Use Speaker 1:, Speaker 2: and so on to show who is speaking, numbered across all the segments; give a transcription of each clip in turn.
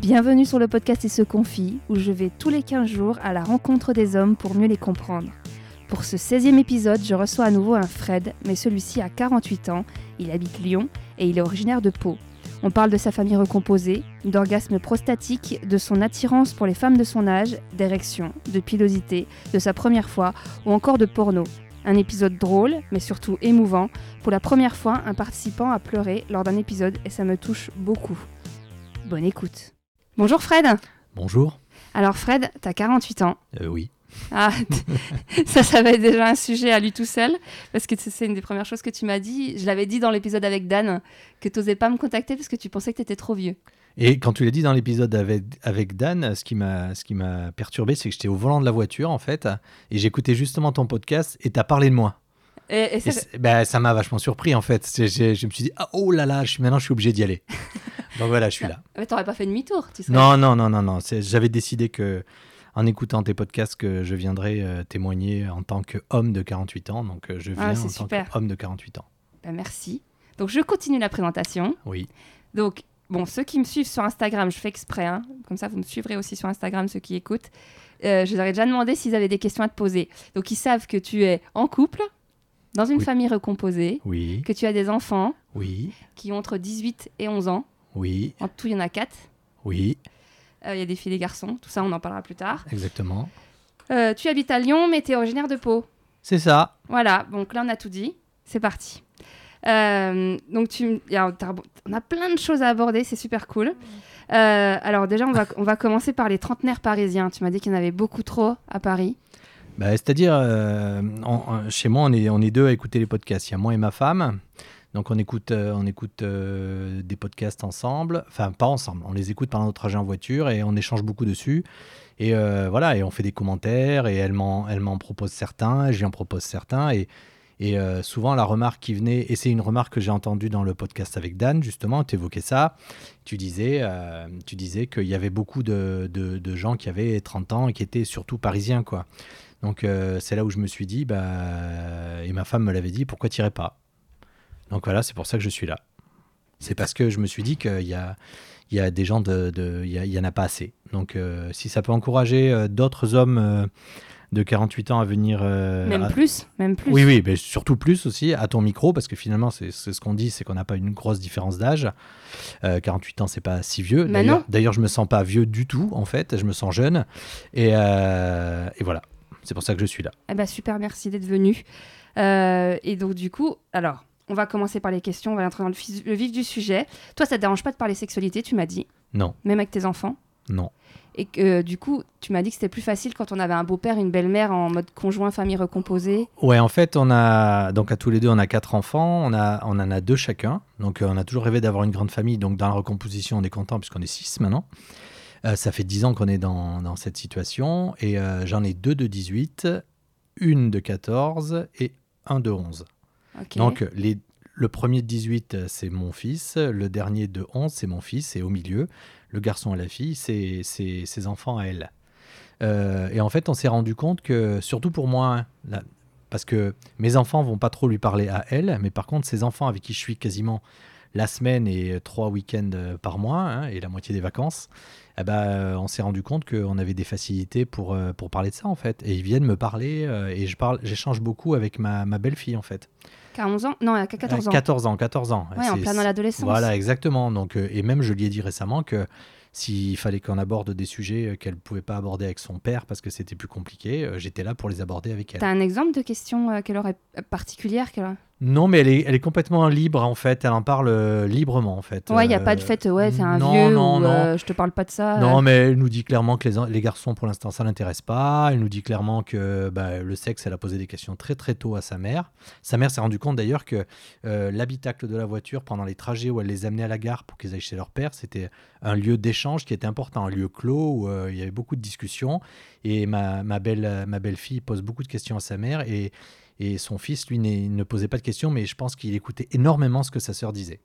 Speaker 1: Bienvenue sur le podcast Et se confie, où je vais tous les 15 jours à la rencontre des hommes pour mieux les comprendre. Pour ce 16e épisode, je reçois à nouveau un Fred, mais celui-ci a 48 ans, il habite Lyon et il est originaire de Pau. On parle de sa famille recomposée, d'orgasme prostatique, de son attirance pour les femmes de son âge, d'érection, de pilosité, de sa première fois ou encore de porno. Un épisode drôle, mais surtout émouvant. Pour la première fois, un participant a pleuré lors d'un épisode et ça me touche beaucoup. Bonne écoute. Bonjour Fred.
Speaker 2: Bonjour.
Speaker 1: Alors Fred, t'as 48 ans.
Speaker 2: Euh, oui.
Speaker 1: Ah, ça, ça va être déjà un sujet à lui tout seul, parce que c'est une des premières choses que tu m'as dit. Je l'avais dit dans l'épisode avec Dan, que t'osais pas me contacter parce que tu pensais que t'étais trop vieux.
Speaker 2: Et quand tu l'as dit dans l'épisode avec, avec Dan, ce qui m'a ce qui m'a perturbé, c'est que j'étais au volant de la voiture en fait, et j'écoutais justement ton podcast et t'as parlé de moi.
Speaker 1: Et, et ça-
Speaker 2: Et c'est- bah, ça m'a vachement surpris en fait. C'est- j'ai- je me suis dit ah, oh là là, je suis maintenant je suis obligé d'y aller. Donc voilà, je suis là.
Speaker 1: Mais t'aurais pas fait demi-tour, tu serais...
Speaker 2: Non non non non non. c'est- J'avais décidé que en écoutant tes podcasts que je viendrais euh, témoigner en tant qu'homme de 48 ans. Donc euh, je viens
Speaker 1: Ah,
Speaker 2: en
Speaker 1: c'est
Speaker 2: tant
Speaker 1: super.
Speaker 2: qu'homme de 48 ans.
Speaker 1: Bah, merci. Donc je continue la présentation.
Speaker 2: Oui.
Speaker 1: Donc, bon, ceux qui me suivent sur Instagram, je fais exprès, hein, comme ça vous me suivrez aussi sur Instagram, ceux qui écoutent. Euh, je leur ai déjà demandé s'ils avaient des questions à te poser. Donc ils savent que tu es en couple, dans une
Speaker 2: Oui.
Speaker 1: famille recomposée,
Speaker 2: Oui.
Speaker 1: que tu as des enfants.
Speaker 2: Oui.
Speaker 1: qui ont entre 18 et 11 ans.
Speaker 2: Oui.
Speaker 1: En tout, il y en a 4.
Speaker 2: Oui.
Speaker 1: Il y a des filles et des garçons. Tout ça, on en parlera plus tard.
Speaker 2: Exactement.
Speaker 1: Euh, tu habites à Lyon, mais tu es originaire de Pau.
Speaker 2: C'est ça.
Speaker 1: Voilà, donc là, on a tout dit. C'est parti. Euh, donc, tu, m- y a- t'as- on a plein de choses à aborder. C'est super cool. Euh, alors, déjà, on va, on va commencer par les trentenaires parisiens. Tu m'as dit qu'il y en avait beaucoup trop à Paris.
Speaker 2: Bah, C'est-à-dire, euh, en- en- chez moi, on est, on est deux à écouter les podcasts. Il y a moi et ma femme. Donc, on écoute, euh, on écoute euh, des podcasts ensemble. Enfin, pas ensemble. On les écoute pendant notre trajet en voiture et on échange beaucoup dessus. Et euh, voilà, et on fait des commentaires et elle m'en elle m'en propose certains, je lui en propose certains. Et, et euh, souvent, la remarque qui venait, et c'est une remarque que j'ai entendue dans le podcast avec Dan, justement, tu évoquais ça. Tu disais, euh, tu disais qu'il y avait beaucoup de, de- de gens qui avaient 30 ans et qui étaient surtout parisiens, quoi. Donc euh, c'est là où je me suis dit, bah, et ma femme me l'avait dit, pourquoi t'irais pas Donc voilà, c'est pour ça que je suis là. C'est parce que je me suis dit qu'il y a, il y a des gens, de, de- il y, a- il y en a pas assez. Donc euh, si ça peut encourager euh, d'autres hommes euh, de 48 ans à venir... euh,
Speaker 1: même
Speaker 2: à-
Speaker 1: plus, même plus.
Speaker 2: Oui, oui, mais surtout plus aussi à ton micro, parce que finalement, c'est c'est ce qu'on dit, c'est qu'on n'a pas une grosse différence d'âge. Euh, 48 ans, c'est pas si vieux.
Speaker 1: Bah
Speaker 2: D'ailleurs-
Speaker 1: non.
Speaker 2: D'ailleurs, je me sens pas vieux du tout, en fait, je me sens jeune. Et, euh, et voilà, c'est pour ça que je suis là.
Speaker 1: Eh ben, super, merci d'être venu. Euh, et donc, du coup, alors, on va commencer par les questions, on va entrer dans le, fis- le vif du sujet. Toi, ça te dérange pas de parler sexualité, tu m'as dit,
Speaker 2: Non,
Speaker 1: même avec tes enfants.
Speaker 2: non.
Speaker 1: Et que, euh, du coup, tu m'as dit que c'était plus facile quand on avait un beau-père, une belle-mère en mode conjoint, famille recomposée.
Speaker 2: Ouais, en fait, on a donc à tous les deux, on a quatre enfants, on, a, on en a deux chacun. Donc, euh, on a toujours rêvé d'avoir une grande famille. Donc, dans la recomposition, on est content puisqu'on est six maintenant. Euh, ça fait dix ans qu'on est dans, dans cette situation. Et euh, j'en ai deux de 18, une de 14 et un de 11.
Speaker 1: Ok.
Speaker 2: Donc, les, le premier de 18, euh, c'est mon fils. Le dernier de 11, c'est mon fils. Et au milieu, le garçon à la fille, c'est c'est ses enfants à elle. Euh, et en fait, on s'est rendu compte que, surtout pour moi, hein, là, parce que mes enfants vont pas trop lui parler à elle, mais par contre, ses enfants avec qui je suis quasiment la semaine et euh, trois week-ends euh, par mois, hein, et la moitié des vacances, eh ben, euh, on s'est rendu compte qu'on avait des facilités pour, euh, pour parler de ça, en fait. Et ils viennent me parler, euh, et je parle- j'échange beaucoup avec ma- ma belle-fille, en fait.
Speaker 1: Qu'à 11 ans Non, qu'à 14 ans.
Speaker 2: 14 ans, 14 ans.
Speaker 1: Ouais, en
Speaker 2: C'est-
Speaker 1: plein dans l'adolescence.
Speaker 2: Voilà, exactement. Donc, euh, et même, je lui ai dit récemment que s'il fallait qu'on aborde des sujets euh, qu'elle ne pouvait pas aborder avec son père parce que c'était plus compliqué, euh, j'étais là pour les aborder avec elle.
Speaker 1: T'as un exemple de question euh, qu'elle aurait euh, particulière qu'elle aurait-
Speaker 2: Non, mais elle est, elle est complètement libre, en fait. Elle en parle euh, librement, en fait.
Speaker 1: Ouais, il n'y a
Speaker 2: Euh,
Speaker 1: pas de fait, euh, ouais, t'es un
Speaker 2: non,
Speaker 1: vieux,
Speaker 2: non,
Speaker 1: ou,
Speaker 2: non.
Speaker 1: euh, je te parle pas de ça.
Speaker 2: Non,
Speaker 1: euh.
Speaker 2: mais elle nous dit clairement que les, en- les garçons, pour l'instant, ça l'intéresse pas. Elle nous dit clairement que bah, le sexe, elle a posé des questions très très tôt à sa mère. Sa mère s'est rendue compte d'ailleurs que euh, l'habitacle de la voiture, pendant les trajets où elle les amenait à la gare pour qu'ils aillent chez leur père, c'était un lieu d'échange qui était important, un lieu clos où euh, il y avait beaucoup de discussions. Et ma, ma belle, ma belle-fille pose beaucoup de questions à sa mère et, et son fils, lui, n'est- ne posait pas de questions, mais je pense qu'il écoutait énormément ce que sa sœur disait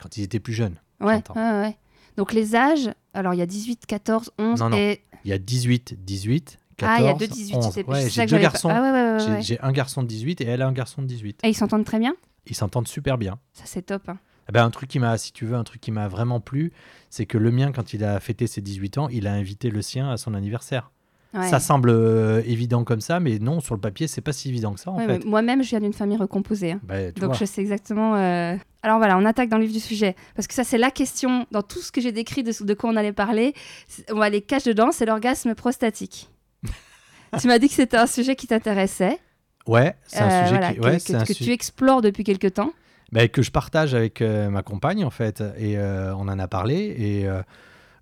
Speaker 2: quand ils étaient plus jeunes.
Speaker 1: ouais,
Speaker 2: j'entends.
Speaker 1: ouais, ouais. Donc les âges, alors il y a 18, 14, 11
Speaker 2: Non, non.
Speaker 1: et
Speaker 2: Il y a 18, 18, 14,
Speaker 1: Ah, il y a deux 18,
Speaker 2: 11.
Speaker 1: c'est
Speaker 2: Ouais,
Speaker 1: c'est ça
Speaker 2: j'ai
Speaker 1: que
Speaker 2: deux
Speaker 1: j'avais pas-
Speaker 2: garçons.
Speaker 1: Ah ouais, ouais, ouais,
Speaker 2: J'ai-
Speaker 1: ouais.
Speaker 2: J'ai un garçon de 18 et elle a un garçon de 18.
Speaker 1: Et ils s'entendent très bien
Speaker 2: Ils s'entendent super bien.
Speaker 1: Ça, c'est top. hein.
Speaker 2: Eh ben, un truc qui m'a, si tu veux, un truc qui m'a vraiment plu, c'est que le mien, quand il a fêté ses 18 ans, il a invité le sien à son anniversaire.
Speaker 1: Ouais.
Speaker 2: Ça semble euh, évident comme ça, mais non, sur le papier, c'est pas si évident que ça, en
Speaker 1: Ouais,
Speaker 2: fait.
Speaker 1: mais Moi-même, je viens d'une famille recomposée. hein.
Speaker 2: Ben, tu
Speaker 1: Donc
Speaker 2: vois.
Speaker 1: je sais exactement. euh, Alors voilà, on attaque dans le vif du sujet. Parce que ça, c'est la question dans tout ce que j'ai décrit de, de quoi on allait parler. c'est- On va les cache dedans, c'est l'orgasme prostatique. tu m'as dit que c'était un sujet qui t'intéressait,
Speaker 2: Ouais, c'est un
Speaker 1: euh,
Speaker 2: sujet
Speaker 1: voilà,
Speaker 2: qui-
Speaker 1: que,
Speaker 2: ouais,
Speaker 1: que-
Speaker 2: c'est un
Speaker 1: que
Speaker 2: su-
Speaker 1: tu explores depuis quelque temps.
Speaker 2: Ben, que je partage avec euh, ma compagne en fait et euh, on en a parlé et euh,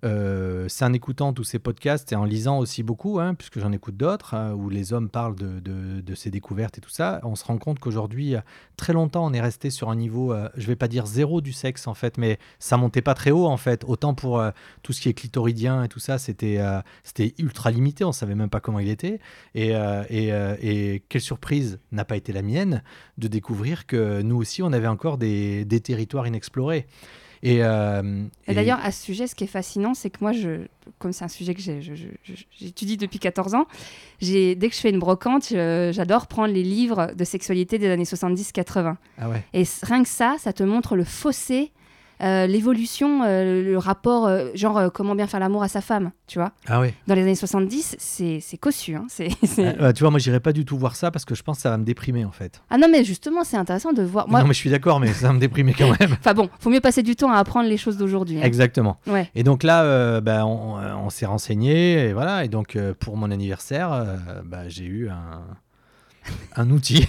Speaker 2: euh, c'est en écoutant tous ces podcasts et en lisant aussi beaucoup hein, puisque j'en écoute d'autres hein, où les hommes parlent de, de- de ces découvertes et tout ça on se rend compte qu'aujourd'hui euh, très longtemps on est resté sur un niveau euh, je vais pas dire zéro du sexe en fait mais ça montait pas très haut en fait autant pour euh, tout ce qui est clitoridien et tout ça c'était euh, c'était ultra limité on savait même pas comment il était et, euh, et, euh, et quelle surprise n'a pas été la mienne de découvrir que nous aussi, on avait encore des, des territoires inexplorés. Et, euh,
Speaker 1: Et,
Speaker 2: et-
Speaker 1: d'ailleurs, à ce sujet, ce qui est fascinant, c'est que moi, je, comme c'est un sujet que j'ai- je- je- je- j'étudie depuis 14 ans, j'ai- dès que je fais une brocante, je- j'adore prendre les livres de sexualité des années 70-80.
Speaker 2: Ah ouais.
Speaker 1: Et c- rien que ça, ça te montre le fossé, euh, l'évolution, euh, le rapport, euh, genre euh, comment bien faire l'amour à sa femme, tu vois.
Speaker 2: Ah ouais.
Speaker 1: Dans les années 70, c'est c'est cossu. hein, c'est-
Speaker 2: Ah,
Speaker 1: c'est-
Speaker 2: bah, tu vois, moi, j'irai pas du tout voir ça parce que je pense que ça va me déprimer en fait.
Speaker 1: Ah non, mais justement, c'est intéressant de voir. Moi,
Speaker 2: Non, mais je suis d'accord, mais ça va me déprimer quand même.
Speaker 1: enfin bon, faut mieux passer du temps à apprendre les choses d'aujourd'hui. hein.
Speaker 2: Exactement.
Speaker 1: Ouais.
Speaker 2: Et donc là, euh, bah, on, euh, on s'est renseigné et voilà. Et donc euh, pour mon anniversaire, euh, bah, j'ai eu un, un outil.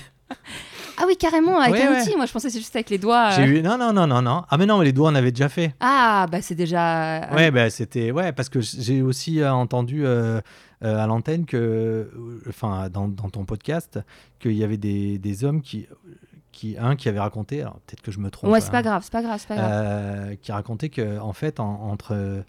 Speaker 1: Ah oui, carrément, avec
Speaker 2: Ouais,
Speaker 1: un
Speaker 2: ouais.
Speaker 1: outil. Moi, je pensais que c'est juste avec les doigts. euh.
Speaker 2: J'ai eu non non non non non. Ah mais non, mais les doigts on avait déjà fait.
Speaker 1: Ah, bah c'est déjà.
Speaker 2: Ouais, bah, c'était ouais parce que j'ai aussi euh, entendu euh, euh, à l'antenne que, euh, enfin, dans, dans ton podcast, qu'il y avait des, des hommes qui, qui, un qui avait raconté, alors peut-être que je me trompe,
Speaker 1: Ouais, c'est
Speaker 2: hein,
Speaker 1: pas grave, c'est pas grave, c'est pas grave.
Speaker 2: euh, qui racontait que en fait, en- entre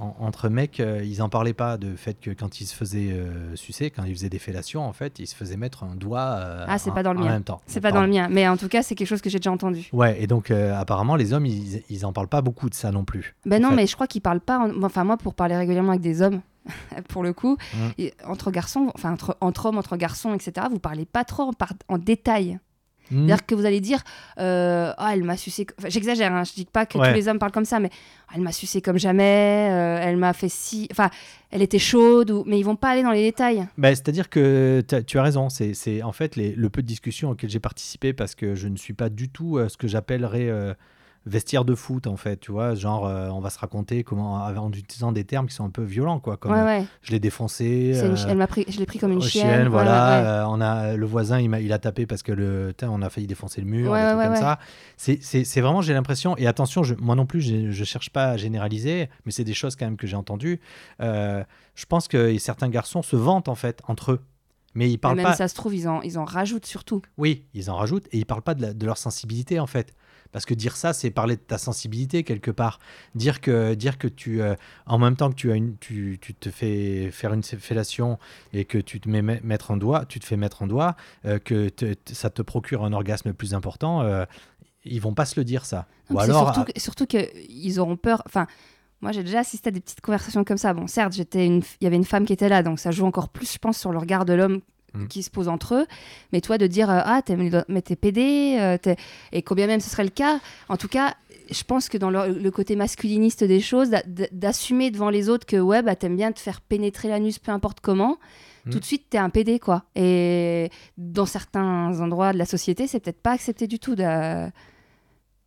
Speaker 2: en- entre mecs, euh, ils en parlaient pas de fait que quand ils se faisaient euh, sucer, quand ils faisaient des fellations, en fait, ils se faisaient mettre un doigt. euh,
Speaker 1: Ah, c'est
Speaker 2: en-
Speaker 1: pas dans le
Speaker 2: en
Speaker 1: mien.
Speaker 2: même temps.
Speaker 1: C'est pas
Speaker 2: Euh,
Speaker 1: dans
Speaker 2: Pardon.
Speaker 1: le mien, mais en tout cas, c'est quelque chose que j'ai déjà entendu.
Speaker 2: Ouais, et donc euh, apparemment, les hommes, ils, ils en parlent pas beaucoup de ça non plus.
Speaker 1: Ben
Speaker 2: en
Speaker 1: non,
Speaker 2: fait.
Speaker 1: mais je crois qu'ils parlent pas. en- Enfin, moi, pour parler régulièrement avec des hommes, pour le coup,
Speaker 2: Mm.
Speaker 1: et entre garçons, enfin, entre, entre hommes, entre garçons, etc., vous parlez pas trop en, par- en détail.
Speaker 2: Hmm.
Speaker 1: C'est-à-dire que vous allez dire euh, Ah, elle m'a sucé. co- Enfin, J'exagère, hein, je dis pas que
Speaker 2: Ouais.
Speaker 1: tous les hommes parlent comme ça, mais Ah, elle m'a sucé comme jamais, euh, elle m'a fait si. Enfin, elle était chaude, ou... mais ils vont pas aller dans les détails.
Speaker 2: Bah, C'est-à-dire que t'as- tu as raison, c'est- c'est en fait les- le peu de discussions auxquelles j'ai participé parce que je ne suis pas du tout euh, ce que j'appellerais euh, vestiaire de foot en fait, tu vois, genre euh, on va se raconter comment en utilisant des termes qui sont un peu violents quoi, comme
Speaker 1: ouais,
Speaker 2: euh,
Speaker 1: ouais.
Speaker 2: je l'ai défoncé,
Speaker 1: C'est une
Speaker 2: euh,
Speaker 1: chi- elle m'a pris... Je l'ai pris comme une
Speaker 2: oh,
Speaker 1: chienne. ouais,
Speaker 2: voilà,
Speaker 1: ouais, ouais.
Speaker 2: euh, on a le voisin il, m'a- il a tapé parce que le tain, on a failli défoncer le mur,
Speaker 1: Ouais,
Speaker 2: des
Speaker 1: ouais,
Speaker 2: trucs
Speaker 1: ouais,
Speaker 2: comme
Speaker 1: ouais.
Speaker 2: ça. C'est- C'est c'est vraiment j'ai l'impression et attention, je- moi non plus je, je cherche pas à généraliser, mais c'est des choses quand même que j'ai entendues. Euh, je pense que certains garçons se vantent en fait entre eux. Mais ils
Speaker 1: Et
Speaker 2: parlent
Speaker 1: même
Speaker 2: pas.
Speaker 1: ça se trouve, ils en, ils en rajoutent surtout.
Speaker 2: Oui, ils en rajoutent et ils parlent pas de, la- de leur sensibilité en fait. Parce que dire ça, c'est parler de ta sensibilité quelque part. Dire que, dire que tu, euh, en même temps que tu, as une, tu, tu te fais faire une fellation et que tu te mets me- mettre un doigt, tu te fais mettre un doigt, euh, que te- te- ça te procure un orgasme plus important, euh, ils vont pas se le dire ça.
Speaker 1: Non,
Speaker 2: Ou
Speaker 1: puis c'est
Speaker 2: alors, ah,
Speaker 1: surtout, que- surtout qu'ils auront peur. Enfin, moi, j'ai déjà assisté à des petites conversations comme ça. Bon, certes, j'étais une... il y avait une femme qui était là, donc ça joue encore plus, je pense, sur le regard de l'homme
Speaker 2: Mm.
Speaker 1: qui se pose entre eux. Mais toi, de dire euh, ah, t'aimes les do- mais t'es pédé, euh, t'es- et combien même ce serait le cas. En tout cas, je pense que dans le, le côté masculiniste des choses, d'a- d'a- d'assumer devant les autres que ouais, bah t'aimes bien te faire pénétrer l'anus, peu importe comment.
Speaker 2: Mm.
Speaker 1: Tout de suite, t'es un PD, quoi. Et dans certains endroits de la société, c'est peut-être pas accepté du tout. d'a-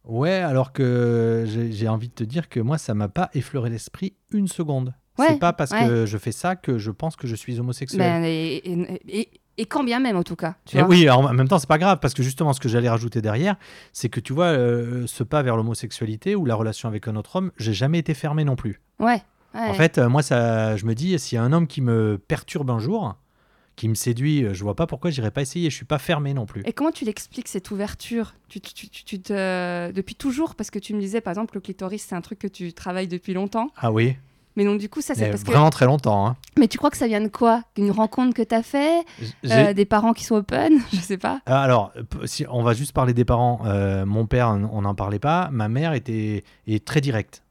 Speaker 2: ouais, alors que j'ai j'ai envie de te dire que moi, ça m'a pas effleuré l'esprit une seconde.
Speaker 1: Ouais,
Speaker 2: c'est pas parce que je fais ça que je pense que je suis homosexuel.
Speaker 1: Ben, et, et- et- et quand bien même, en tout cas. Tu
Speaker 2: Et
Speaker 1: vois
Speaker 2: Eh oui, alors, en même temps, c'est pas grave parce que justement, ce que j'allais rajouter derrière, c'est que tu vois, euh, ce pas vers l'homosexualité ou la relation avec un autre homme, j'ai jamais été fermé non plus.
Speaker 1: Ouais. ouais.
Speaker 2: En fait, euh, moi, ça, je me dis, s'il y a un homme qui me perturbe un jour, qui me séduit, euh, je vois pas pourquoi j'irais pas essayer. Je suis pas fermé non plus.
Speaker 1: Et comment tu l'expliques cette ouverture tu, tu- tu- tu- tu te... Depuis toujours, parce que tu me disais par exemple que le clitoris c'est un truc que tu travailles depuis longtemps.
Speaker 2: Ah oui,
Speaker 1: Mais donc du coup, ça c'est
Speaker 2: mais
Speaker 1: parce
Speaker 2: vraiment très longtemps. hein.
Speaker 1: que. Mais tu crois que ça vient de quoi Une rencontre que t'as fait
Speaker 2: J-
Speaker 1: euh,
Speaker 2: j'ai-
Speaker 1: Des parents qui sont open Je sais pas.
Speaker 2: Ah, Alors, p- si on va juste parler des parents. euh, mon père, on n'en parlait pas. Ma mère était est très directe.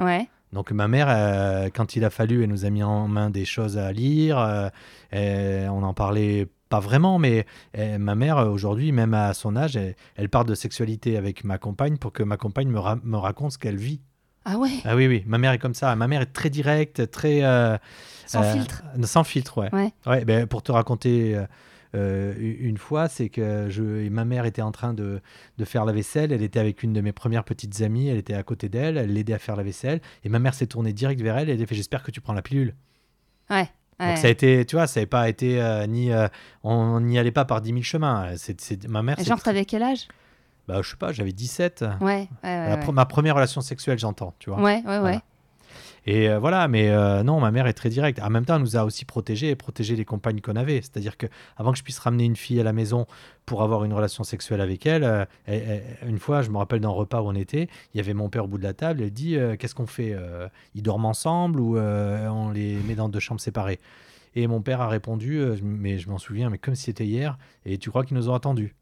Speaker 1: Ouais.
Speaker 2: Donc ma mère, euh, quand il a fallu, elle nous a mis en main des choses à lire. euh, et on en parlait pas vraiment, mais euh, ma mère, euh, aujourd'hui, même à son âge, elle, elle parle de sexualité avec ma compagne pour que ma compagne me, ra- me raconte ce qu'elle vit.
Speaker 1: Ah ouais,
Speaker 2: Ah oui, oui, ma mère est comme ça. Ma mère est très directe, très. euh,
Speaker 1: sans
Speaker 2: euh,
Speaker 1: filtre.
Speaker 2: Sans filtre, ouais.
Speaker 1: Ouais.
Speaker 2: ben, pour te raconter euh, euh, une fois, c'est que je, ma mère était en train de, de faire la vaisselle. Elle était avec une de mes premières petites amies. Elle était à côté d'elle. Elle l'aidait à faire la vaisselle. Et ma mère s'est tournée direct vers elle. Et elle a fait J'espère que tu prends la pilule.
Speaker 1: Ouais. ouais.
Speaker 2: Donc ça a été, tu vois, ça n'avait pas été euh, ni. euh, on n'y allait pas par 10 000 chemins. C'est, c'est- ma mère.
Speaker 1: Et
Speaker 2: c'est
Speaker 1: Genre,
Speaker 2: très-
Speaker 1: t'avais quel âge
Speaker 2: bah, je sais pas, j'avais 17.
Speaker 1: Ouais, ouais, ouais.
Speaker 2: La
Speaker 1: ouais.
Speaker 2: pre- Ma première relation sexuelle, j'entends, tu vois.
Speaker 1: Ouais, ouais, ouais.
Speaker 2: Voilà. Et euh, voilà, mais euh, non, ma mère est très directe. En même temps, elle nous a aussi protégés et protégé les compagnes qu'on avait. C'est-à-dire que avant que je puisse ramener une fille à la maison pour avoir une relation sexuelle avec elle, euh, elle- elle- une fois, je me rappelle d'un repas où on était, il y avait mon père au bout de la table. Elle dit euh, Qu'est-ce qu'on fait euh, Ils dorment ensemble ou euh, on les met dans deux chambres séparées Et mon père a répondu euh, je- Mais je m'en souviens, mais comme si c'était hier, et tu crois qu'ils nous ont attendus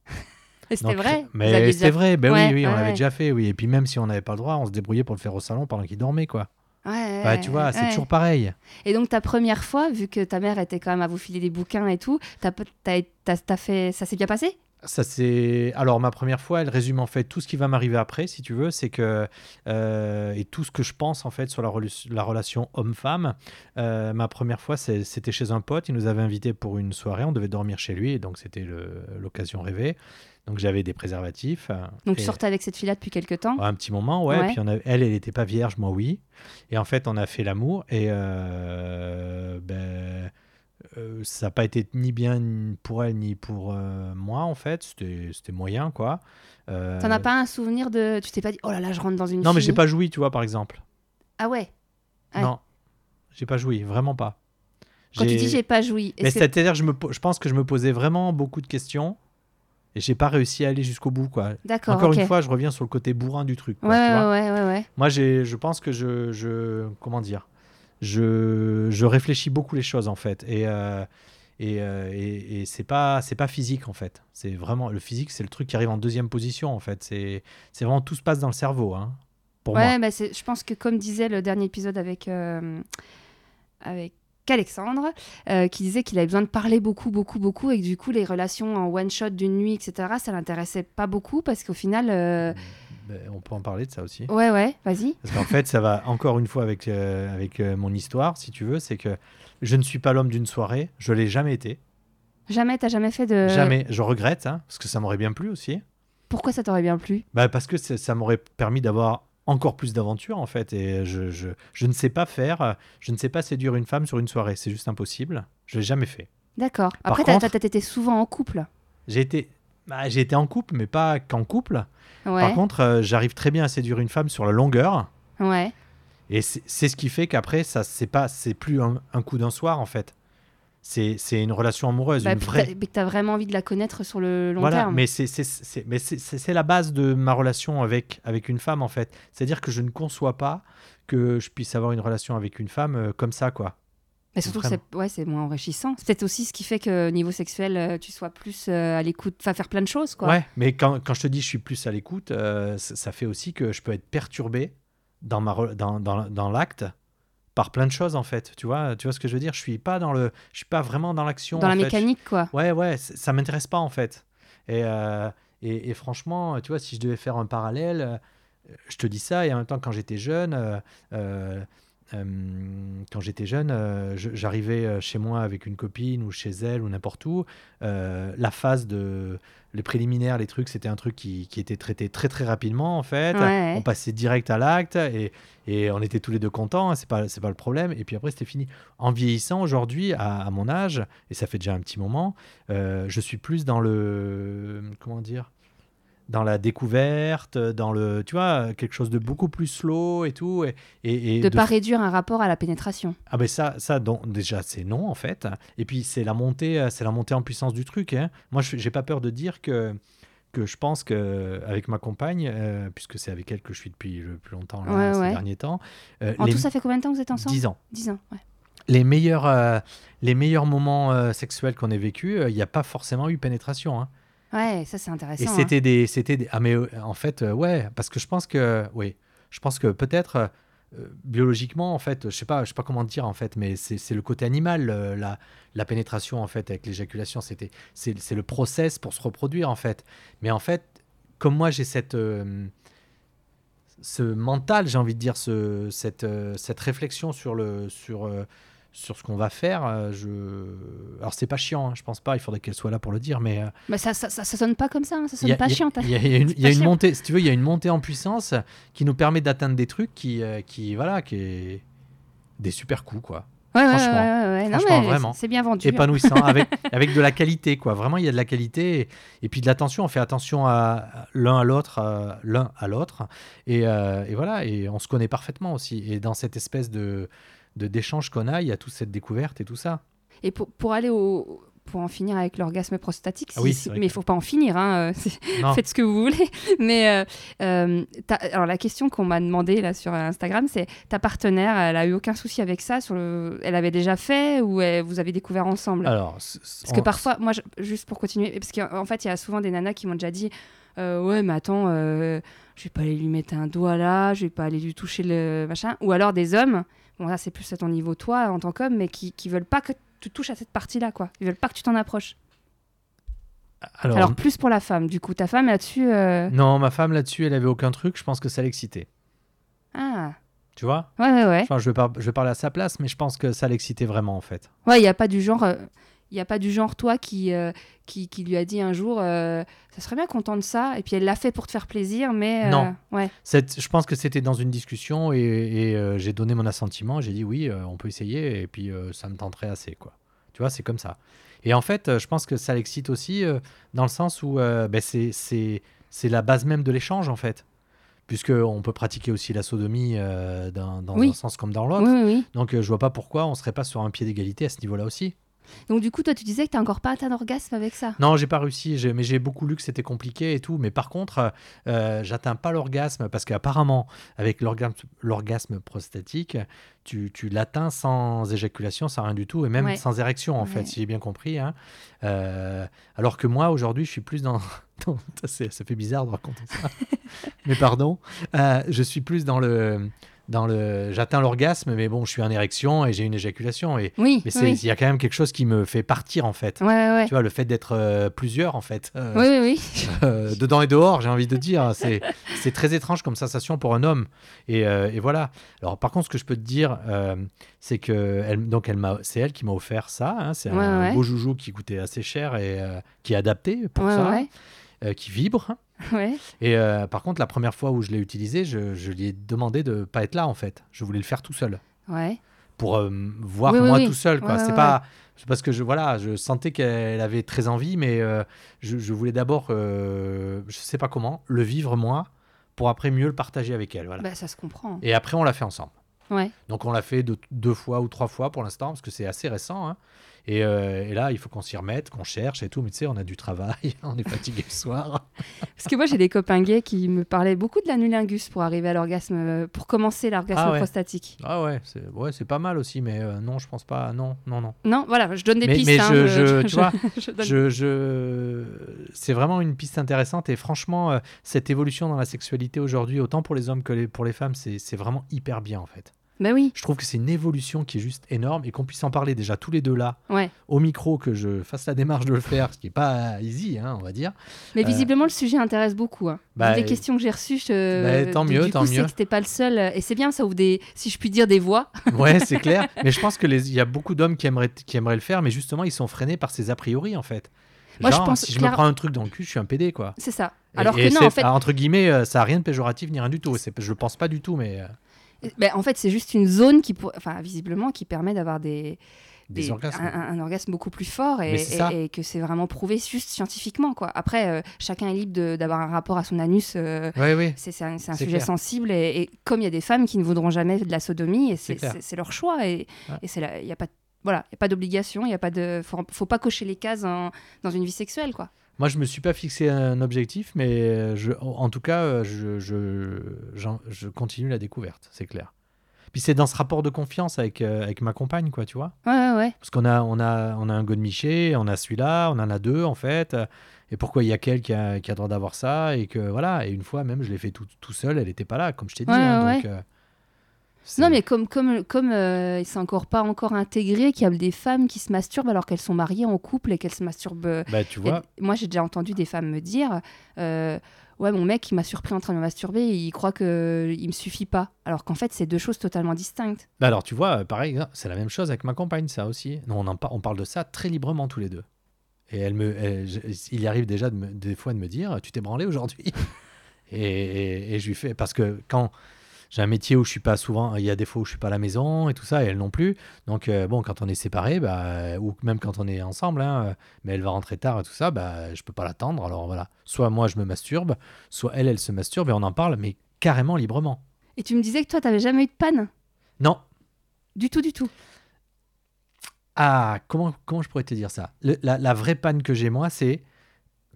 Speaker 1: Et C'était
Speaker 2: Donc,
Speaker 1: vrai Vous aviez
Speaker 2: Mais
Speaker 1: déjà-
Speaker 2: c'était vrai, ben
Speaker 1: Ouais,
Speaker 2: oui, oui, on
Speaker 1: ouais,
Speaker 2: l'avait
Speaker 1: ouais.
Speaker 2: déjà fait, oui. Et puis même si on n'avait pas le droit, on se débrouillait pour le faire au salon pendant qu'il dormait, quoi.
Speaker 1: Ouais, ouais,
Speaker 2: Bah, tu
Speaker 1: ouais,
Speaker 2: vois, c'est
Speaker 1: ouais.
Speaker 2: toujours pareil.
Speaker 1: Et donc, ta première fois, vu que ta mère était quand même à vous filer des bouquins et tout, t'as pe- t'as- t'as- t'as fait... ça s'est bien passé
Speaker 2: Ça c'est alors ma première fois. Elle résume en fait tout ce qui va m'arriver après, si tu veux, c'est que euh, et tout ce que je pense en fait sur la, relu- la relation homme-femme. Euh, ma première fois, c'est- c'était chez un pote. Il nous avait invités pour une soirée. On devait dormir chez lui, et donc c'était le- l'occasion rêvée. Donc j'avais des préservatifs. euh,
Speaker 1: Donc, tu
Speaker 2: et-
Speaker 1: sortais avec cette fille-là depuis quelques temps.
Speaker 2: Ouais, un petit moment, ouais.
Speaker 1: Mmh. Ouais.
Speaker 2: Puis on a- elle, elle n'était pas vierge, moi oui. Et en fait, on a fait l'amour et euh, ben, euh, ça n'a pas été ni bien ni pour elle ni pour euh, moi en fait. C'était c'était moyen quoi. Euh,
Speaker 1: T'en as pas un souvenir de. Tu t'es pas dit, oh là là, je rentre dans une.
Speaker 2: Non, mais
Speaker 1: fille.
Speaker 2: j'ai pas joui, tu vois, par exemple.
Speaker 1: Ah ouais. Ouais.
Speaker 2: Non, j'ai pas joui, vraiment pas.
Speaker 1: Quand tu dis j'ai pas joui.
Speaker 2: Mais
Speaker 1: est-ce que-
Speaker 2: c'est-à-dire, je, me po- je pense que je me posais vraiment beaucoup de questions et j'ai pas réussi à aller jusqu'au bout quoi.
Speaker 1: D'accord.
Speaker 2: Encore
Speaker 1: ok.
Speaker 2: une fois, je reviens sur le côté bourrin du truc.
Speaker 1: Ouais,
Speaker 2: quoi, tu vois.
Speaker 1: ouais, ouais, ouais, ouais.
Speaker 2: Moi, j'ai- je pense que je, je- comment dire, je, je réfléchis beaucoup les choses en fait, et euh, et, euh, et- et c'est pas, c'est pas physique en fait. C'est vraiment le physique, c'est le truc qui arrive en deuxième position en fait. C'est, c'est vraiment tout se passe dans le cerveau, hein, pour moi.
Speaker 1: Ouais, bah, c'est- je pense que comme disait le dernier épisode avec, euh, avec Alexandre, euh, qui disait qu'il avait besoin de parler beaucoup, beaucoup, beaucoup, et que du coup, les relations en one-shot d'une nuit, etc., ça l'intéressait pas beaucoup, parce qu'au final... euh,
Speaker 2: Ben, on peut en parler de ça aussi.
Speaker 1: Ouais, ouais, vas-y.
Speaker 2: Parce qu'en fait, ça va encore une fois avec, euh, avec euh, mon histoire, si tu veux, c'est que je ne suis pas l'homme d'une soirée, je l'ai jamais été,
Speaker 1: Jamais, t'as jamais fait de...
Speaker 2: jamais. Je regrette, hein, parce que ça m'aurait bien plu aussi.
Speaker 1: Pourquoi ça t'aurait bien plu
Speaker 2: Bah, parce que ça ça m'aurait permis d'avoir encore plus d'aventures en fait et je, je- je ne sais pas faire euh, je ne sais pas séduire une femme sur une soirée c'est juste impossible je l'ai jamais fait
Speaker 1: D'accord.
Speaker 2: Par
Speaker 1: Après, t'as-
Speaker 2: contre-
Speaker 1: t'as- t'étais souvent en couple.
Speaker 2: j'ai été bah, j'ai été en couple mais pas qu'en couple par
Speaker 1: Ouais,
Speaker 2: contre euh, j'arrive très bien à séduire une femme sur la longueur
Speaker 1: ouais.
Speaker 2: et c'est c'est ce qui fait qu'après ça c'est pas c'est plus un, un coup d'un soir en fait c'est c'est une relation amoureuse
Speaker 1: Bah,
Speaker 2: une
Speaker 1: puis
Speaker 2: vraie
Speaker 1: t'as- mais que t'as vraiment envie de la connaître sur le long
Speaker 2: voilà,
Speaker 1: terme.
Speaker 2: mais c'est c'est- c'est- mais c'est- c'est- c'est la base de ma relation avec, avec une femme, en fait. C'est-à-dire que je ne conçois pas que je puisse avoir une relation avec une femme euh, comme ça, quoi.
Speaker 1: Mais surtout que
Speaker 2: Vraiment.
Speaker 1: c'est ouais, c'est moins enrichissant. C'est peut-être aussi ce qui fait que niveau sexuel, euh, tu sois plus euh, à l'écoute, enfin faire plein de choses, quoi.
Speaker 2: Ouais, mais quand, quand je te dis je suis plus à l'écoute, euh, ça, ça fait aussi que je peux être perturbé dans, ma, re- dans, dans, dans l'acte par plein de choses, en fait. Tu vois, tu vois ce que je veux dire Je suis pas dans le, je suis pas vraiment dans l'action.
Speaker 1: Dans
Speaker 2: en
Speaker 1: la
Speaker 2: fait. Je-
Speaker 1: mécanique, quoi.
Speaker 2: Ouais, ouais, c- ça m'intéresse pas en fait. Et, euh, et, et franchement, euh, tu vois, si je devais faire un parallèle, euh, je te dis ça, et en même temps, quand j'étais jeune, euh, euh, euh, quand j'étais jeune, euh, je- j'arrivais euh, chez moi avec une copine ou chez elle ou n'importe où. euh, la phase de les préliminaires, les trucs, c'était un truc qui, qui était traité très très rapidement en fait.
Speaker 1: Ouais.
Speaker 2: On passait direct à l'acte et, et on était tous les deux contents. hein, c'est pas c'est pas le problème. Et puis après, c'était fini. En vieillissant aujourd'hui, à- à mon âge, et ça fait déjà un petit moment, euh, je suis plus dans le comment dire dans la découverte, dans le tu vois quelque chose de beaucoup plus slow et tout et, et, et
Speaker 1: De pas réduire un rapport à la pénétration.
Speaker 2: ah ben ça ça donc déjà c'est non en fait et puis c'est la montée euh, c'est la montée en puissance du truc hein. moi je j'ai pas peur de dire que que je pense que avec ma compagne euh, puisque c'est avec elle que je suis depuis le plus longtemps là,
Speaker 1: Ouais,
Speaker 2: ces
Speaker 1: ouais.
Speaker 2: derniers temps euh,
Speaker 1: En
Speaker 2: les
Speaker 1: tout, ça fait combien de temps que vous êtes ensemble
Speaker 2: 10 ans
Speaker 1: 10 ans, ouais.
Speaker 2: les meilleurs, euh, les meilleurs moments euh, sexuels qu'on ait vécu, euh, il n'y a pas forcément eu pénétration. hein.
Speaker 1: Ouais, ça c'est intéressant.
Speaker 2: Et
Speaker 1: hein.
Speaker 2: c'était des, c'était des- Ah mais euh, en fait, euh, ouais, parce que je pense que, oui, je pense que peut-être euh, biologiquement, en fait, je sais pas, je sais pas comment dire en fait, mais c'est c'est le côté animal, euh, la, la pénétration en fait avec l'éjaculation, c'était c'est c'est le process pour se reproduire en fait. Mais en fait, comme moi j'ai cette euh, ce mental, j'ai envie de dire ce cette euh, cette réflexion sur le sur euh, sur ce qu'on va faire, euh, je alors c'est pas chiant, hein, je pense pas, il faudrait qu'elle soit là pour le dire, mais euh,
Speaker 1: Mais ça, ça, ça, ça sonne pas comme ça, hein, ça
Speaker 2: il y a-
Speaker 1: sonne pas
Speaker 2: il y a-
Speaker 1: chiant. t'as-
Speaker 2: Il y a, il y a une,
Speaker 1: C'est
Speaker 2: il y
Speaker 1: pas
Speaker 2: a une
Speaker 1: chiant.
Speaker 2: montée, si tu veux, il y a une montée en puissance qui nous permet d'atteindre des trucs qui, euh, qui voilà, qui est des super coups quoi,
Speaker 1: Ouais, ouais,
Speaker 2: franchement.
Speaker 1: ouais, ouais, ouais. Non,
Speaker 2: Franchement,
Speaker 1: mais
Speaker 2: vraiment.
Speaker 1: C'est bien vendu. hein.
Speaker 2: épanouissant avec avec de la qualité quoi. Vraiment, il y a de la qualité et, et puis de l'attention. On fait attention à- à l'un à l'autre, euh, l'un à l'autre et, euh, et voilà. Et on se connaît parfaitement aussi. Et dans cette espèce de de- d'échange qu'on a, il y a toute cette découverte et tout ça.
Speaker 1: Et pour, pour aller au. Pour en finir avec l'orgasme prostatique,
Speaker 2: Ah oui,
Speaker 1: si-
Speaker 2: c'est vrai Ah.
Speaker 1: mais il faut pas en finir, hein, euh, c'est-
Speaker 2: Non.
Speaker 1: faites ce que vous voulez. Mais euh, euh, t'as- alors la question qu'on m'a demandé là sur Instagram, c'est ta partenaire, elle a eu aucun souci avec ça sur le... Elle avait déjà fait ou elle- vous avez découvert ensemble
Speaker 2: Alors, c- c-
Speaker 1: Parce que
Speaker 2: on-
Speaker 1: parfois, moi, je- juste pour continuer, parce qu'en fait, il y a souvent des nanas qui m'ont déjà dit Euh, Ouais, mais attends, euh, je vais pas aller lui mettre un doigt là, je vais pas aller lui toucher le machin. Ou alors des hommes, bon, là, c'est plus à ton niveau, toi, en tant qu'homme, mais qui, qui veulent pas que tu touches à cette partie-là, quoi. Ils veulent pas que tu t'en approches.
Speaker 2: alors,
Speaker 1: Alors, plus pour la femme, du coup, ta femme là-dessus. euh,
Speaker 2: non, ma femme là-dessus, elle avait aucun truc. Je pense que ça l'excitait.
Speaker 1: Ah,
Speaker 2: Tu vois
Speaker 1: ouais, ouais, ouais.
Speaker 2: Enfin, je vais, par- je vais parler à sa place, mais je pense que ça l'excitait vraiment en fait.
Speaker 1: Ouais, il n'y a pas du genre. euh, Il y a pas du genre toi qui, euh, qui, qui lui a dit un jour euh, ça serait bien qu'on tente ça et puis elle l'a fait pour te faire plaisir mais euh,
Speaker 2: Non.
Speaker 1: ouais
Speaker 2: Cette- je pense que c'était dans une discussion et, et, euh, j'ai donné mon assentiment. J'ai dit oui, euh, on peut essayer et puis euh, ça me tenterait assez quoi. Tu vois, c'est comme ça. Et en fait, euh, je pense que ça l'excite aussi euh, dans le sens où euh, ben, c'est- c'est c'est la base même de l'échange en fait, puisque on peut pratiquer aussi la sodomie euh, dans, dans
Speaker 1: Oui.
Speaker 2: un sens comme dans
Speaker 1: oui
Speaker 2: l'autre.
Speaker 1: oui oui
Speaker 2: Donc euh, je vois pas pourquoi on serait pas sur un pied d'égalité à ce niveau-là aussi.
Speaker 1: Donc du coup, toi, tu disais que t'as encore pas atteint d'orgasme avec ça.
Speaker 2: Non, j'ai pas réussi, j'ai- mais j'ai beaucoup lu que c'était compliqué et tout. Mais par contre, euh, euh, j'atteins pas l'orgasme parce qu'apparemment, avec l'orgasme- l'orgasme prostatique, tu, tu l'atteins sans éjaculation, sans rien du tout, et même
Speaker 1: Ouais.
Speaker 2: sans érection, en
Speaker 1: Ouais.
Speaker 2: fait, si j'ai bien compris. hein. Euh, alors que moi, aujourd'hui, je suis plus dans. dans- ça, c'est- ça fait bizarre de raconter ça. mais pardon. Euh, je suis plus dans le. Dans le J'atteins l'orgasme, mais bon, je suis en érection et j'ai une éjaculation. Et,
Speaker 1: Oui,
Speaker 2: mais c'est- il
Speaker 1: oui.
Speaker 2: y a quand même quelque chose qui me fait partir, en fait.
Speaker 1: Ouais, ouais, ouais.
Speaker 2: Tu vois, le fait d'être euh, plusieurs, en fait, euh,
Speaker 1: Oui, oui, oui.
Speaker 2: euh, dedans et dehors, j'ai envie de dire, hein, c'est c'est très étrange comme sensation pour un homme. Et, euh, et voilà. Alors, par contre, ce que je peux te dire, euh, c'est que elle, donc elle m'a, c'est elle qui m'a offert ça. hein, c'est
Speaker 1: Ouais,
Speaker 2: un
Speaker 1: ouais.
Speaker 2: beau joujou qui coûtait assez cher et euh, qui est adapté pour
Speaker 1: Ouais,
Speaker 2: ça,
Speaker 1: ouais,
Speaker 2: euh, qui vibre.
Speaker 1: ouais.
Speaker 2: Et euh, par contre, la première fois où je l'ai utilisé, je, je lui ai demandé de pas être là, en fait. Je voulais le faire tout seul
Speaker 1: Ouais.
Speaker 2: pour euh, me voir
Speaker 1: Oui, oui,
Speaker 2: moi
Speaker 1: oui.
Speaker 2: tout seul quoi
Speaker 1: Ouais,
Speaker 2: c'est
Speaker 1: ouais,
Speaker 2: pas c'est parce que je voilà je sentais qu'elle avait très envie mais euh, je, je voulais d'abord euh, je sais pas comment le vivre moi pour après mieux le partager avec elle voilà
Speaker 1: Bah, ça se comprend.
Speaker 2: et après on l'a fait ensemble
Speaker 1: Ouais.
Speaker 2: donc on l'a fait deux, deux fois ou trois fois pour l'instant parce que c'est assez récent hein. et, euh, et là il faut qu'on s'y remette qu'on cherche et tout mais tu sais on a du travail on est fatigué le soir
Speaker 1: Parce que moi, j'ai des copains gays qui me parlaient beaucoup de l'anulingus pour arriver à l'orgasme, euh, pour commencer l'orgasme
Speaker 2: Ah ouais.
Speaker 1: prostatique.
Speaker 2: ah ouais c'est ouais c'est pas mal aussi mais euh, non je pense pas non non non
Speaker 1: Non, voilà, je donne des
Speaker 2: Mais-
Speaker 1: pistes.
Speaker 2: mais
Speaker 1: hein,
Speaker 2: je- je- tu vois,
Speaker 1: je donne-
Speaker 2: Je, je- C'est vraiment une piste intéressante et franchement, euh, cette évolution dans la sexualité aujourd'hui, autant pour les hommes que les- pour les femmes, c'est c'est vraiment hyper bien en fait.
Speaker 1: Bah oui,
Speaker 2: Je trouve que c'est une évolution qui est juste énorme et qu'on puisse en parler déjà tous les deux là,
Speaker 1: ouais.
Speaker 2: au micro, que je fasse la démarche de le faire, ce qui n'est pas easy, hein, on va dire.
Speaker 1: Mais
Speaker 2: Euh,
Speaker 1: visiblement, le sujet intéresse beaucoup. hein.
Speaker 2: bah,
Speaker 1: des questions que j'ai reçues, je...
Speaker 2: bah, tant
Speaker 1: du-
Speaker 2: mieux,
Speaker 1: du
Speaker 2: tant
Speaker 1: coup, c'est
Speaker 2: mieux.
Speaker 1: que t'es pas le seul. euh, Et c'est bien, ça ouvre des, si je puis dire, des voix.
Speaker 2: Ouais, c'est clair. Mais je pense qu'il y a beaucoup d'hommes qui aimeraient, qui aimeraient le faire, mais justement, ils sont freinés par ces a priori en fait.
Speaker 1: Moi, je
Speaker 2: Genre,
Speaker 1: pense
Speaker 2: si je
Speaker 1: clair-
Speaker 2: me prends un truc dans le cul, je suis un PD quoi.
Speaker 1: C'est ça.
Speaker 2: Et-
Speaker 1: Alors
Speaker 2: et
Speaker 1: que non,
Speaker 2: c'est-
Speaker 1: en fait,
Speaker 2: ah, entre guillemets, euh, ça n'a rien de péjoratif ni rien du tout. C'est- Je le pense pas du tout, mais euh,
Speaker 1: Ben, en fait, c'est juste une zone qui, pour- enfin, visiblement, qui permet d'avoir des,
Speaker 2: des, orgasmes.
Speaker 1: un, un- un orgasme beaucoup plus fort et,
Speaker 2: Mais c'est ça.
Speaker 1: et- et que c'est vraiment prouvé juste scientifiquement. Quoi. Après, euh, chacun est libre de- d'avoir un rapport à son anus. euh,
Speaker 2: Oui, oui.
Speaker 1: c'est c'est un, c'est un
Speaker 2: C'est
Speaker 1: sujet
Speaker 2: clair.
Speaker 1: sensible et, et comme il y a des femmes qui ne voudront jamais de la sodomie, et
Speaker 2: C'est
Speaker 1: c'est
Speaker 2: clair.
Speaker 1: c'est- c'est leur choix et,
Speaker 2: Ouais.
Speaker 1: et c'est la- il n'y a pas de- voilà, il y a pas d'obligation, il y a pas de, faut, faut pas cocher les cases en- dans une vie sexuelle quoi.
Speaker 2: Moi, je me suis pas fixé un objectif, mais euh, je, en tout cas, euh, je, je, j'en- je continue la découverte, c'est clair. Puis c'est dans ce rapport de confiance avec, euh, avec ma compagne, quoi, tu vois.
Speaker 1: Ouais ouais ouais.
Speaker 2: Parce qu'on a, on a, on a un godemiché, on a celui-là, on en a deux, en fait. euh, Et pourquoi il y a qu'elle qui a, qui a droit d'avoir ça Et que voilà, et une fois même, je l'ai fait tout, tout seul, elle n'était pas là, comme je t'ai dit.
Speaker 1: Ouais,
Speaker 2: hein,
Speaker 1: ouais,
Speaker 2: donc, euh, C'est-
Speaker 1: Non, mais comme comme comme euh, c'est encore pas encore intégré qu'il y a des femmes qui se masturbent alors qu'elles sont mariées en couple et qu'elles se masturbent. euh,
Speaker 2: Bah, tu
Speaker 1: il y a-
Speaker 2: vois,
Speaker 1: moi, j'ai déjà entendu des femmes me dire euh, ouais mon mec il m'a surpris en train de me masturber, il croit que il me suffit pas, alors qu'en fait c'est deux choses totalement distinctes.
Speaker 2: bah alors tu vois, euh, pareil, hein, c'est la même chose avec ma compagne, ça aussi. Non, on, en par- on parle de ça très librement tous les deux. Et elle me, elle- je- il arrive déjà de me- des fois de me dire, tu t'es branlé aujourd'hui. et, et- et je lui fais parce que quand j'ai un métier où je suis pas souvent, il y a des fois où je suis pas à la maison et tout ça, et elle non plus. Donc euh, bon, quand on est séparés, bah, ou même quand on est ensemble, hein, euh, mais elle va rentrer tard et tout ça, bah, je peux pas l'attendre. Alors voilà, soit moi je me masturbe, soit elle, elle se masturbe et on en parle, mais carrément librement.
Speaker 1: Et tu me disais que toi t'avais jamais eu de panne
Speaker 2: Non,
Speaker 1: du tout du tout.
Speaker 2: Ah, comment, comment je pourrais te dire ça Le- la, la vraie panne que j'ai, moi, c'est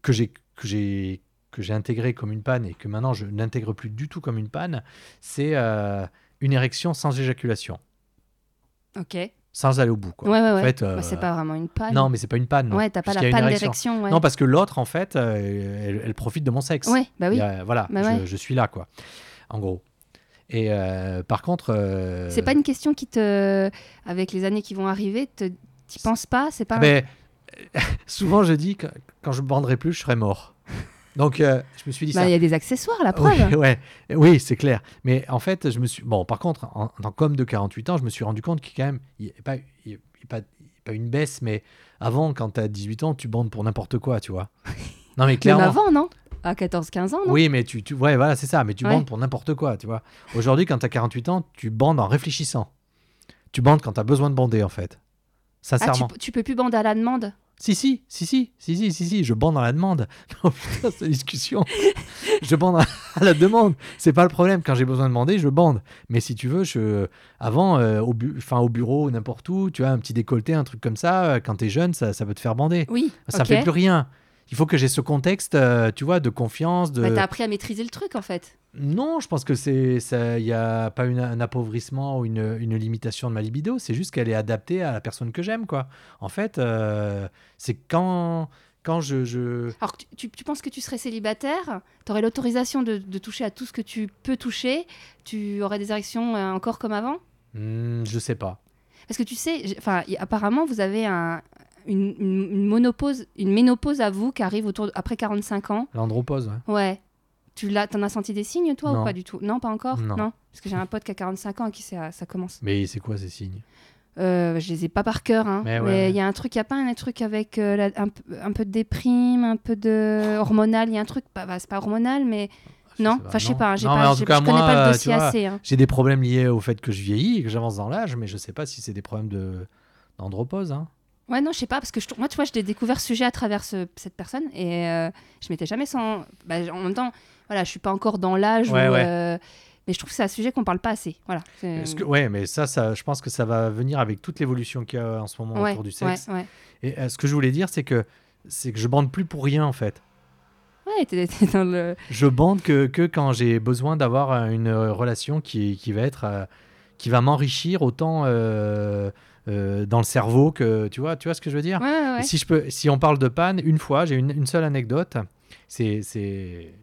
Speaker 2: que j'ai que j'ai que j'ai intégré comme une panne et que maintenant je n'intègre plus du tout comme une panne, c'est euh, une érection sans éjaculation,
Speaker 1: Ok. Ouais
Speaker 2: sans aller au bout. Quoi.
Speaker 1: ouais ouais.
Speaker 2: En fait, euh,
Speaker 1: Bah, c'est pas vraiment une panne.
Speaker 2: Non, mais c'est pas une panne. non,
Speaker 1: ouais t'as pas la
Speaker 2: puisqu'il y a une
Speaker 1: panne
Speaker 2: érection.
Speaker 1: d'érection. Ouais.
Speaker 2: Non, parce que l'autre, en fait, euh, elle, elle profite de mon sexe.
Speaker 1: ouais bah oui.
Speaker 2: Il y a- voilà,
Speaker 1: Bah
Speaker 2: je,
Speaker 1: ouais.
Speaker 2: je suis là, quoi. En gros. Et euh, par contre, euh,
Speaker 1: C'est pas une question qui te, avec les années qui vont arriver, te- t'y penses pas C'est pas. un-
Speaker 2: Mais souvent, je dis que quand je ne banderai plus, je serai mort. Donc, euh, je me suis dit
Speaker 1: Bah,
Speaker 2: ça.
Speaker 1: il y a des accessoires, la preuve.
Speaker 2: Oui, ouais. oui c'est clair. Mais en fait, je me suis. Bon, par contre, en, tant qu'homme de 48 ans, je me suis rendu compte qu'il y a quand même. Il y a pas, il y a pas, il y a pas une baisse, mais avant, quand tu as 18 ans, tu bandes pour n'importe quoi, tu vois. Non, mais
Speaker 1: Même
Speaker 2: clairement.
Speaker 1: avant, non À 14-15 ans, non
Speaker 2: Oui, mais tu, tu ouais, voilà, c'est ça, mais tu
Speaker 1: Ouais.
Speaker 2: bandes pour n'importe quoi, tu vois. Aujourd'hui, quand tu as 48 ans, tu bandes en réfléchissant. Tu bandes quand tu as besoin de bander, en fait.
Speaker 1: Ah, tu,
Speaker 2: Sincèrement.
Speaker 1: tu peux plus bander à la demande
Speaker 2: Si, si, si, si, si, si, si, si, je bande dans la demande. Oh putain, cette discussion. Je bande à la demande. C'est pas le problème. Quand j'ai besoin de bander, je bande. Mais si tu veux, je... avant, euh, au, bu- enfin, au bureau, n'importe où, tu as un petit décolleté, un truc comme ça, euh, quand t'es jeune, ça, ça peut te faire bander.
Speaker 1: Oui.
Speaker 2: Ça
Speaker 1: ok.
Speaker 2: fait plus rien. Il faut que j'ai ce contexte, euh, tu vois, de confiance, de...
Speaker 1: Bah, t'as appris à maîtriser le truc, en fait.
Speaker 2: Non, je pense que c'est ça. Il n'y a pas une- un appauvrissement ou une, une limitation de ma libido. C'est juste qu'elle est adaptée à la personne que j'aime, quoi. En fait, euh, c'est quand quand je, je-
Speaker 1: Alors, tu, tu- tu penses que tu serais célibataire T'aurais l'autorisation de, de toucher à tout ce que tu peux toucher Tu aurais des érections euh, encore comme avant
Speaker 2: Hmm, je sais pas.
Speaker 1: Parce que tu sais, j'ai- enfin, y- apparemment, vous avez un- une, une- une monopause, une ménopause à vous qui arrive autour de- après 45 ans.
Speaker 2: L'andropause. ouais.
Speaker 1: Ouais. Tu l'as, t'en as senti des signes, toi,
Speaker 2: Non.
Speaker 1: ou pas du tout Non, pas encore
Speaker 2: Non.
Speaker 1: Parce que j'ai un pote qui a 45 ans à qui ça, ça commence.
Speaker 2: Mais c'est quoi ces signes
Speaker 1: Euh, je les ai pas par cœur, hein.
Speaker 2: Mais
Speaker 1: Mais il
Speaker 2: ouais, ouais.
Speaker 1: y a un truc, il y a pas un truc avec euh, la- un, p- un peu de déprime, un peu de hormonal. Il y a un truc, pas- bah, c'est pas hormonal, mais
Speaker 2: Ah, Je
Speaker 1: non.
Speaker 2: sais pas,
Speaker 1: Enfin, je sais
Speaker 2: non.
Speaker 1: pas. j'ai
Speaker 2: Non, mais
Speaker 1: pas
Speaker 2: en
Speaker 1: j'ai-
Speaker 2: tout cas,
Speaker 1: je connais
Speaker 2: moi,
Speaker 1: pas
Speaker 2: euh,
Speaker 1: le
Speaker 2: tu
Speaker 1: dossier
Speaker 2: vois,
Speaker 1: assez. hein.
Speaker 2: J'ai des problèmes liés au fait que je vieillis et que j'avance dans l'âge, mais je sais pas si c'est des problèmes de d'andropause. hein.
Speaker 1: Ouais, non, je sais pas parce que je, trou- moi, tu vois, je l'ai découvert ce sujet à travers ce- cette personne et euh, je m'étais jamais sans. bah, en même temps, voilà, je suis pas encore dans l'âge.
Speaker 2: Ouais,
Speaker 1: où,
Speaker 2: ouais.
Speaker 1: euh, mais je trouve que c'est un sujet qu'on parle pas assez. Voilà. C'est-
Speaker 2: Est-ce que- ouais, mais ça, ça, je pense que ça va venir avec toute l'évolution qu'il y a en ce moment
Speaker 1: Ouais,
Speaker 2: autour du sexe.
Speaker 1: ouais, ouais.
Speaker 2: Et euh, ce que je voulais dire, c'est que c'est que je bande plus pour rien en fait.
Speaker 1: Ouais, t'es t'es dans le.
Speaker 2: Je bande que, que quand j'ai besoin d'avoir euh, une euh, relation qui, qui va être euh, qui va m'enrichir autant euh, euh, dans le cerveau que tu vois tu vois ce que je veux dire
Speaker 1: Ouais, ouais, ouais.
Speaker 2: Et si je peux si on parle de panne une fois j'ai une, une seule anecdote c'est c'est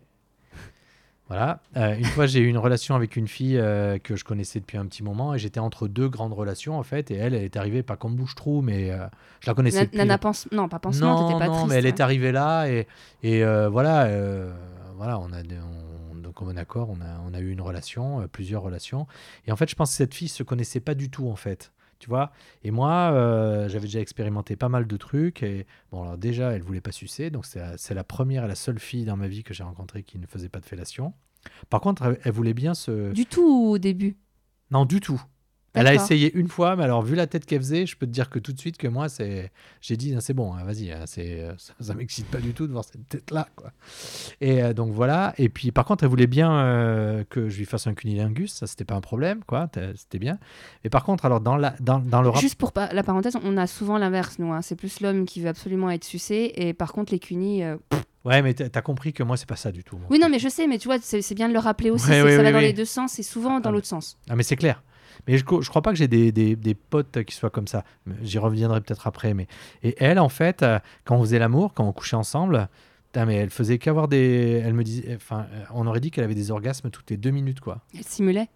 Speaker 2: voilà Euh, une fois j'ai eu une relation avec une fille euh, que je connaissais depuis un petit moment et j'étais entre deux grandes relations en fait et elle elle est arrivée pas comme bouche trou mais euh, je la connaissais euh,
Speaker 1: Na-
Speaker 2: depuis
Speaker 1: Nana pense... Non, pas pansement,
Speaker 2: non,
Speaker 1: t'étais pas
Speaker 2: non,
Speaker 1: triste.
Speaker 2: mais elle
Speaker 1: ouais.
Speaker 2: est arrivée là et, et euh, voilà, euh, voilà, on a des- on- donc comme un accord, on a, on a eu une relation, euh, plusieurs relations. Et en fait, je pense que cette fille se connaissait pas du tout en fait. Tu vois Et moi, euh, j'avais déjà expérimenté pas mal de trucs. Et bon, alors déjà, elle voulait pas sucer. Donc, c'est la, c'est la première et la seule fille dans ma vie que j'ai rencontrée qui ne faisait pas de fellation. Par contre, elle, elle voulait bien se.
Speaker 1: hein. Du tout au début.
Speaker 2: Non, du tout. Elle a
Speaker 1: D'accord.
Speaker 2: essayé une fois, mais alors vu la tête qu'elle faisait, je peux te dire que tout de suite que moi, c'est, j'ai dit, Ah, c'est bon, hein, vas-y, hein, c'est, euh, ça, ça m'excite pas du tout de voir cette tête-là, quoi. Et euh, donc voilà. Et puis par contre, elle voulait bien euh, que je lui fasse un cunilingus, ça c'était pas un problème, quoi. T'as- C'était bien. Mais par contre, alors dans la, dans, dans le rapport,
Speaker 1: Juste pour pa- la parenthèse, on a souvent l'inverse, nous. hein. C'est plus l'homme qui veut absolument être sucé. Et par contre, les cunis. euh,
Speaker 2: ouais, mais t'as t'as compris que moi, c'est pas ça du tout. moi.
Speaker 1: Oui, non, mais je sais, mais tu vois, c'est c'est bien de le rappeler aussi.
Speaker 2: Ouais,
Speaker 1: c'est-
Speaker 2: ouais,
Speaker 1: ça
Speaker 2: ouais,
Speaker 1: va dans
Speaker 2: ouais.
Speaker 1: les deux sens et souvent dans
Speaker 2: Ah,
Speaker 1: l'autre sens.
Speaker 2: Ah, mais c'est clair. Mais je, co- je crois pas que j'ai des, des- des potes qui soient comme ça. J'y reviendrai peut-être après. Mais... Et elle, en fait, euh, quand on faisait l'amour, quand on couchait ensemble, putain, mais elle faisait qu'avoir des. Elle me disait. Enfin, euh, on aurait dit qu'elle avait des orgasmes toutes les deux minutes, quoi.
Speaker 1: Elle simulait.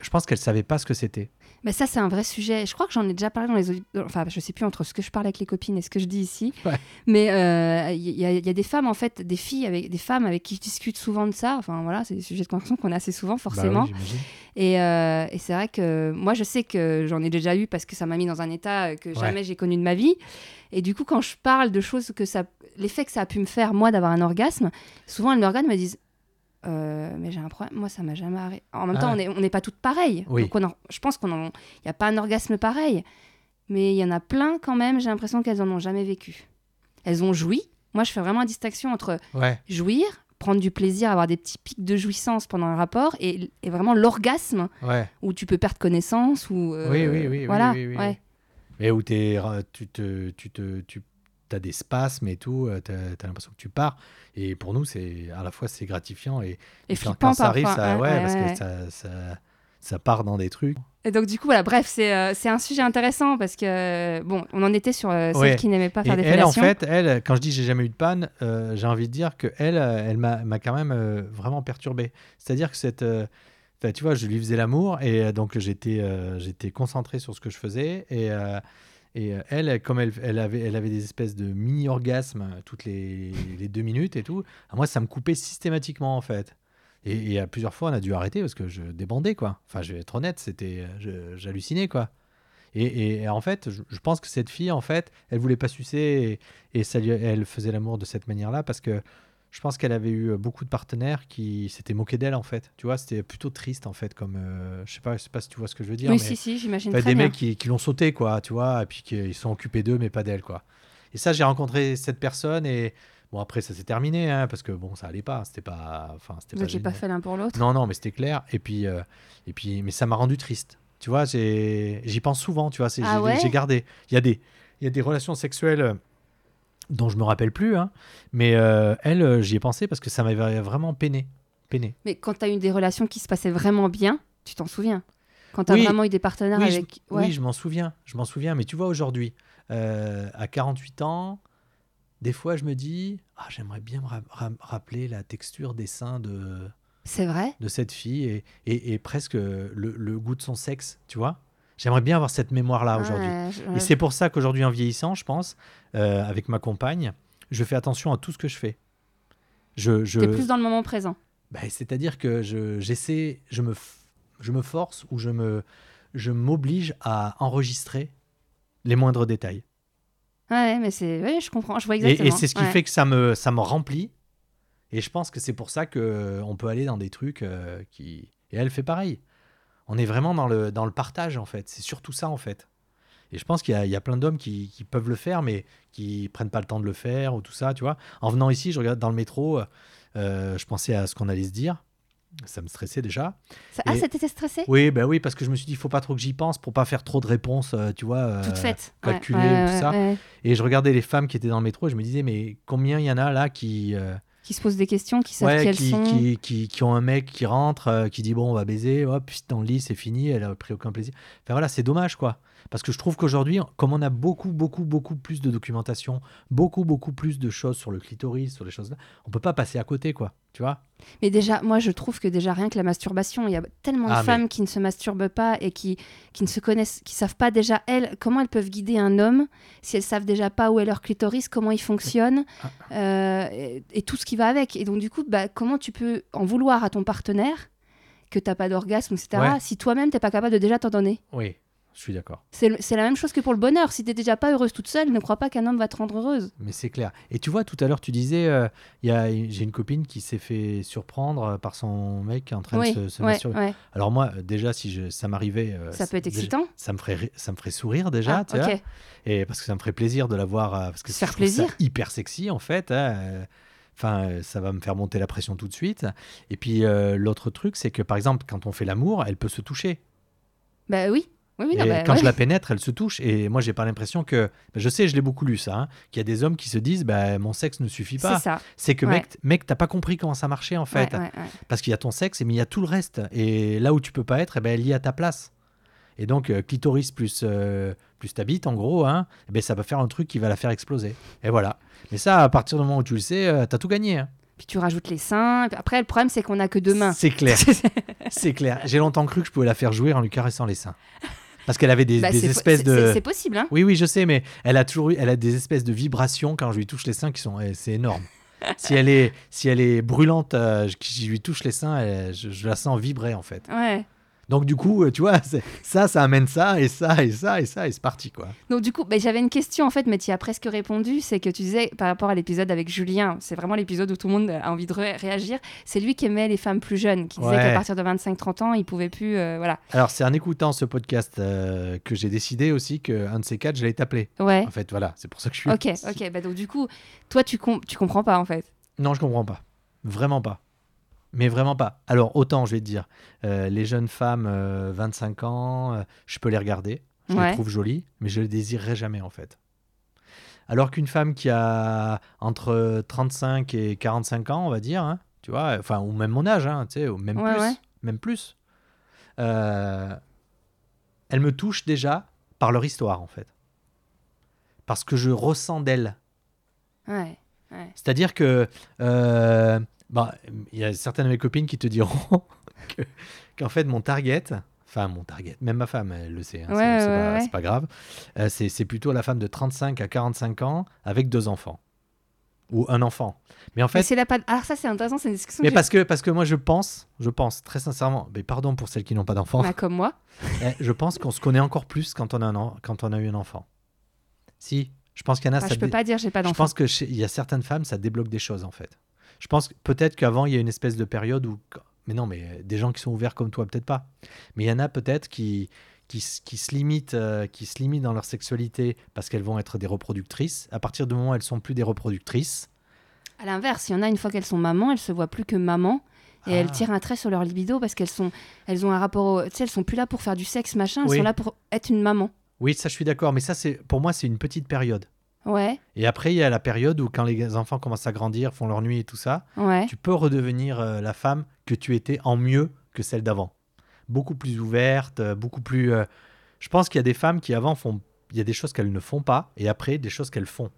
Speaker 2: Je pense qu'elle savait pas ce que c'était.
Speaker 1: Mais ça, c'est un vrai sujet. Je crois que j'en ai déjà parlé dans les. audi- dans- Enfin, je sais plus entre ce que je parle avec les copines et ce que je dis ici.
Speaker 2: Ouais.
Speaker 1: Mais euh, il y, a- il y a des femmes, en fait, des filles, avec des femmes avec qui je discute souvent de ça. Enfin, voilà, c'est des sujets de conversation qu'on a assez souvent,
Speaker 2: Bah oui,
Speaker 1: forcément.
Speaker 2: j'imagine.
Speaker 1: Et, euh, et c'est vrai que moi, je sais que j'en ai déjà eu parce que ça m'a mis dans un état euh, que jamais j'ai connu de ma vie. Et du coup, quand je parle de choses que ça. L'effet que ça a pu me faire, moi, d'avoir un orgasme, souvent, elles me regardent et me disent. Euh, mais j'ai un problème, moi ça m'a jamais arrêté. En même
Speaker 2: Ah
Speaker 1: temps,
Speaker 2: ouais.
Speaker 1: on n'est on n'est pas toutes pareilles.
Speaker 2: Oui.
Speaker 1: Donc on en- je pense qu'on n'y a pas un orgasme pareil. Mais il y en a plein quand même, j'ai l'impression qu'elles en ont jamais vécu. Elles ont joui. Moi, je fais vraiment la distinction entre
Speaker 2: Ouais.
Speaker 1: jouir, prendre du plaisir, avoir des petits pics de jouissance pendant un rapport et, et vraiment l'orgasme
Speaker 2: Ouais.
Speaker 1: où tu peux perdre connaissance ou euh,
Speaker 2: Oui, oui, oui, oui,
Speaker 1: voilà
Speaker 2: oui, oui, oui.
Speaker 1: ouais.
Speaker 2: Mais où t'es, ra- tu te, tu te, tu as des spasmes et tout, euh, t'as, t'as l'impression que tu pars. Et pour nous, c'est à la fois c'est gratifiant et,
Speaker 1: et
Speaker 2: quand,
Speaker 1: flippant
Speaker 2: quand ça arrive,
Speaker 1: parfois
Speaker 2: ça,
Speaker 1: ouais,
Speaker 2: ouais,
Speaker 1: ouais,
Speaker 2: parce
Speaker 1: ouais.
Speaker 2: que ça, ça, ça part dans des trucs.
Speaker 1: et donc du coup voilà bref c'est euh, c'est un sujet intéressant parce que euh, bon on en était sur euh, celle
Speaker 2: Ouais.
Speaker 1: qui n'aimait pas
Speaker 2: Et
Speaker 1: faire des
Speaker 2: elle, en
Speaker 1: fellations
Speaker 2: fait, elle, quand je dis j'ai jamais eu de panne, euh, j'ai envie de dire que elle, euh, elle m'a m'a quand même euh, vraiment perturbé. C'est-à-dire que cette, euh, enfin, tu vois, je lui faisais l'amour et euh, donc j'étais, euh, j'étais concentré sur ce que je faisais et euh, et euh, elle, comme elle, elle avait, elle avait des espèces de mini orgasmes euh, toutes les, les deux minutes et tout. à Moi, ça me coupait systématiquement en fait. Et, et à plusieurs fois, on a dû arrêter parce que je débandais quoi. Enfin, je vais être honnête, c'était, je- j'hallucinais quoi. Et, et- et en fait, je, je pense que cette fille, en fait, elle voulait pas sucer et, et ça lui- elle faisait l'amour de cette manière-là parce que je pense qu'elle avait eu euh, beaucoup de partenaires qui s'étaient moqués d'elle, en fait. Tu vois, c'était plutôt triste, en fait, comme. euh, je sais pas, je sais pas si tu vois ce que je veux dire.
Speaker 1: oui
Speaker 2: mais-
Speaker 1: si si j'imagine
Speaker 2: Enfin,
Speaker 1: très
Speaker 2: des
Speaker 1: bien
Speaker 2: mecs qui, qui l'ont sauté, quoi, tu vois, et puis qui ils sont occupés d'eux, mais pas d'elle, quoi. Et ça, j'ai rencontré cette personne, et bon, après, ça s'est terminé, hein, parce que bon, ça allait pas, c'était pas. Enfin, c'était
Speaker 1: vous n'étiez pas
Speaker 2: génial.
Speaker 1: fait l'un pour l'autre
Speaker 2: Non, non, mais c'était clair. Et puis, euh, et puis, mais ça m'a rendu triste. Tu vois, j'ai- j'y pense souvent. Tu vois, c'est-
Speaker 1: Ah
Speaker 2: j'ai
Speaker 1: ouais
Speaker 2: j'ai gardé. Il y a des, il y a des relations sexuelles euh, dont je me rappelle plus, hein, mais euh, elle, euh, j'y ai pensé parce que ça m'avait vraiment peiné, peiné.
Speaker 1: mais quand tu as eu des relations qui se passaient vraiment bien tu t'en souviens quand tu as
Speaker 2: Oui.
Speaker 1: vraiment eu des partenaires
Speaker 2: Oui, je-
Speaker 1: avec ouais.
Speaker 2: Oui, je m'en souviens, je m'en souviens. Mais tu vois, aujourd'hui, euh, à 48 ans, des fois, je me dis, ah, j'aimerais bien me ra- ra- rappeler la texture des seins de,
Speaker 1: c'est vrai
Speaker 2: de cette fille et, et- et presque le, le goût de son sexe, tu vois. J'aimerais bien avoir cette mémoire-là Ah, aujourd'hui.
Speaker 1: Ouais, je-
Speaker 2: Et c'est pour ça qu'aujourd'hui, en vieillissant, je pense, euh, avec ma compagne, je fais attention à tout ce que je fais. Je, je-
Speaker 1: t'es plus dans le moment présent
Speaker 2: Bah, C'est-à-dire que je- j'essaie, je, me, f- je me force ou je me, je m'oblige à enregistrer les moindres détails.
Speaker 1: ouais mais c'est ouais, je comprends je vois
Speaker 2: Et-
Speaker 1: exactement
Speaker 2: Et, c'est ce qui
Speaker 1: ouais.
Speaker 2: fait que ça me, ça me remplit. Et je pense que c'est pour ça que euh, on peut aller dans des trucs euh, qui. Et elle fait pareil. On est vraiment dans le, dans le partage, en fait. C'est surtout ça, en fait. Et je pense qu'il y a, il y a plein d'hommes qui, qui peuvent le faire, mais qui prennent pas le temps de le faire ou tout ça, tu vois. En venant ici, je regarde dans le métro, euh, je pensais à ce qu'on allait se dire. Ça me stressait déjà.
Speaker 1: Ça- ah
Speaker 2: Et-
Speaker 1: ça t'était stressé
Speaker 2: Oui, ben oui, parce que je me suis dit, il faut pas trop que j'y pense pour pas faire trop de réponses, euh, tu vois. euh,
Speaker 1: toute faite.
Speaker 2: calculée, tout ça.
Speaker 1: ouais.
Speaker 2: Et je regardais les femmes qui étaient dans le métro et je me disais, mais combien il y en a là qui, euh,
Speaker 1: Qui se posent des questions, qui savent
Speaker 2: ouais,
Speaker 1: qui elles
Speaker 2: qui,
Speaker 1: sont.
Speaker 2: qui, qui, qui ont un mec qui rentre, euh, qui dit, bon, on va baiser, hop, puis dans le lit, c'est fini, elle a pris aucun plaisir. Enfin voilà, c'est dommage quoi. Parce que je trouve qu'aujourd'hui, comme on a beaucoup, beaucoup, beaucoup plus de documentation, beaucoup, beaucoup plus de choses sur le clitoris, sur les choses là, on peut pas passer à côté quoi, tu vois.
Speaker 1: Mais déjà, moi, je trouve que déjà rien que la masturbation, il y a tellement
Speaker 2: Ah,
Speaker 1: de
Speaker 2: mais-
Speaker 1: femmes qui ne se masturbent pas et qui, qui ne se connaissent, qui savent pas déjà elles comment elles peuvent guider un homme si elles savent déjà pas où est leur clitoris, comment il fonctionne
Speaker 2: Ah.
Speaker 1: euh, et, et tout ce qui va avec. Et donc du coup, bah, comment tu peux en vouloir à ton partenaire que t'as pas d'orgasme, etc.
Speaker 2: Ouais.
Speaker 1: Si toi-même t'es pas capable de déjà t'en donner.
Speaker 2: Oui, je suis d'accord.
Speaker 1: C'est le- c'est la même chose que pour le bonheur. Si t'es déjà pas heureuse toute seule, ne crois pas qu'un homme va te rendre heureuse.
Speaker 2: Mais c'est clair. Et tu vois, tout à l'heure, tu disais, euh, il y a- j'ai une copine qui s'est fait surprendre euh, par son mec en train
Speaker 1: Oui,
Speaker 2: de se, se
Speaker 1: ouais,
Speaker 2: masturber.
Speaker 1: ouais.
Speaker 2: Alors moi, euh, déjà, si je- ça m'arrivait, euh,
Speaker 1: Ça peut être
Speaker 2: déjà-
Speaker 1: excitant.
Speaker 2: ça me ferait, ri- ça me ferait sourire déjà,
Speaker 1: Ah,
Speaker 2: tu vois,
Speaker 1: ok.
Speaker 2: et parce que ça me ferait plaisir de la voir, euh, parce que
Speaker 1: Se faire
Speaker 2: je trouve ça
Speaker 1: plaisir.
Speaker 2: hyper sexy en fait. hein, euh, Enfin, euh, ça va me faire monter la pression tout de suite. Et puis euh, l'autre truc, c'est que par exemple, quand on fait l'amour, elle peut se toucher.
Speaker 1: Bah oui. Oui, oui, non,
Speaker 2: et
Speaker 1: bah,
Speaker 2: quand
Speaker 1: ouais.
Speaker 2: je la pénètre, elle se touche. Et moi, j'ai pas l'impression que, bah, je sais, je l'ai beaucoup lu ça, hein, qu'il y a des hommes qui se disent, bah, mon sexe ne suffit
Speaker 1: C'est
Speaker 2: pas.
Speaker 1: ça.
Speaker 2: C'est que
Speaker 1: Ouais.
Speaker 2: mec, t- mec, t'as pas compris comment ça marchait en fait.
Speaker 1: Ouais, ouais, ouais.
Speaker 2: Parce qu'il y a ton sexe, mais il y a tout le reste. Et là où tu peux pas être, eh ben, elle y est à ta place. Et donc, euh, clitoris plus, euh, plus ta bite, en gros, hein, eh ben, ça va faire un truc qui va la faire exploser. Et voilà. Mais ça, à partir du moment où tu le sais, euh, t'as tout gagné. hein.
Speaker 1: Puis tu rajoutes les seins. Et puis Après, le problème, c'est qu'on n'a que deux mains.
Speaker 2: C'est clair. C'est clair. J'ai longtemps cru que je pouvais la faire jouer en lui caressant les seins. Parce qu'elle avait des,
Speaker 1: Bah,
Speaker 2: des
Speaker 1: c'est-
Speaker 2: espèces
Speaker 1: c'est-
Speaker 2: de.
Speaker 1: c'est- C'est possible, hein
Speaker 2: Oui, oui, je sais, mais elle a toujours eu, elle a des espèces de vibrations quand je lui touche les seins qui sont, eh, c'est énorme. si elle est, si elle est brûlante, euh, je- que je lui touche les seins, elle- je, je la sens vibrer en fait.
Speaker 1: Ouais.
Speaker 2: Donc du coup, euh, tu vois, c'est- ça, ça amène ça et ça et ça et ça et c'est parti quoi.
Speaker 1: Donc du coup, ben, j'avais une question en fait, mais tu y as presque répondu, c'est que tu disais par rapport à l'épisode avec Julien, c'est vraiment l'épisode où tout le monde a envie de ré- réagir, c'est lui qui aimait les femmes plus jeunes, qui disait
Speaker 2: Ouais.
Speaker 1: qu'à partir de 25-30 ans, il pouvait plus... euh, voilà.
Speaker 2: Alors c'est en écoutant ce podcast euh, que j'ai décidé aussi que un de ces quatre, je l'ai appelé.
Speaker 1: Ouais.
Speaker 2: En fait, voilà, c'est pour ça que je suis.
Speaker 1: Ok, ok. Bah donc du coup, toi, tu, com- tu comprends pas en fait.
Speaker 2: Non, je comprends pas. Vraiment pas. Mais vraiment pas. Alors, autant, je vais te dire, euh, les jeunes femmes, euh, 25 ans, euh, je peux les regarder. Je les
Speaker 1: Ouais.
Speaker 2: trouve jolies, mais je les désirerai jamais, en fait. Alors qu'une femme qui a entre 35 et 45 ans, on va dire, hein, tu vois, enfin, ou même mon âge, hein, tu sais, ou même
Speaker 1: Ouais,
Speaker 2: plus,
Speaker 1: ouais.
Speaker 2: même plus, euh, elle me touche déjà par leur histoire, en fait. Parce que je ressens d'elle
Speaker 1: Ouais.
Speaker 2: c'est-à-dire que euh, bah, il y a certaines de mes copines qui te diront que- qu'en fait mon target, enfin mon target, même ma femme elle le sait, hein, c'est-
Speaker 1: Ouais,
Speaker 2: c'est
Speaker 1: ouais,
Speaker 2: pas,
Speaker 1: ouais.
Speaker 2: c'est pas grave, euh, c'est c'est plutôt la femme de 35 à 45 ans avec deux enfants ou un enfant. Mais en
Speaker 1: Mais
Speaker 2: fait,
Speaker 1: c'est la pa- Alors ça, c'est intéressant, c'est une discussion
Speaker 2: mais
Speaker 1: que
Speaker 2: parce que parce que moi je pense, je pense très sincèrement, mais pardon pour celles qui n'ont pas
Speaker 1: j'ai-
Speaker 2: d'enfants,
Speaker 1: Bah, comme moi.
Speaker 2: eh, je pense qu'on se connaît encore plus quand on a un en- quand on a eu un enfant. Si, je pense qu'il y en a.
Speaker 1: Enfin,
Speaker 2: Ah, ça
Speaker 1: Ah, je peux
Speaker 2: dé-
Speaker 1: pas dire j'ai pas
Speaker 2: je
Speaker 1: d'enfant.
Speaker 2: pense que chez- il y a certaines femmes, ça débloque des choses en fait. Je pense que peut-être qu'avant il y a une espèce de période où, mais non, mais euh, des gens qui sont ouverts comme toi peut-être pas. Mais il y en a peut-être qui qui, s- qui se limitent, euh, qui se limitent dans leur sexualité parce qu'elles vont être des reproductrices. À partir du moment où elles sont plus des reproductrices,
Speaker 1: À l'inverse, il y en a une fois qu'elles sont mamans, elles se voient plus que maman. Et
Speaker 2: Ah.
Speaker 1: elles tirent un trait sur leur libido parce qu'elles sont, elles ont un rapport, au- tu sais, elles sont plus là pour faire du sexe machin, elles
Speaker 2: Oui.
Speaker 1: sont là pour être une maman.
Speaker 2: oui, ça je suis d'accord. Mais ça c'est pour moi c'est une petite période.
Speaker 1: Ouais,
Speaker 2: Et après il y a la période où quand les enfants commencent à grandir, font leur nuit et tout ça,
Speaker 1: ouais.
Speaker 2: tu peux redevenir euh, la femme que tu étais en mieux que celle d'avant. Beaucoup plus ouverte, euh, beaucoup plus. euh, Je pense qu'il y a des femmes qui avant font. Il y a des choses qu'elles ne font pas et après des choses qu'elles font.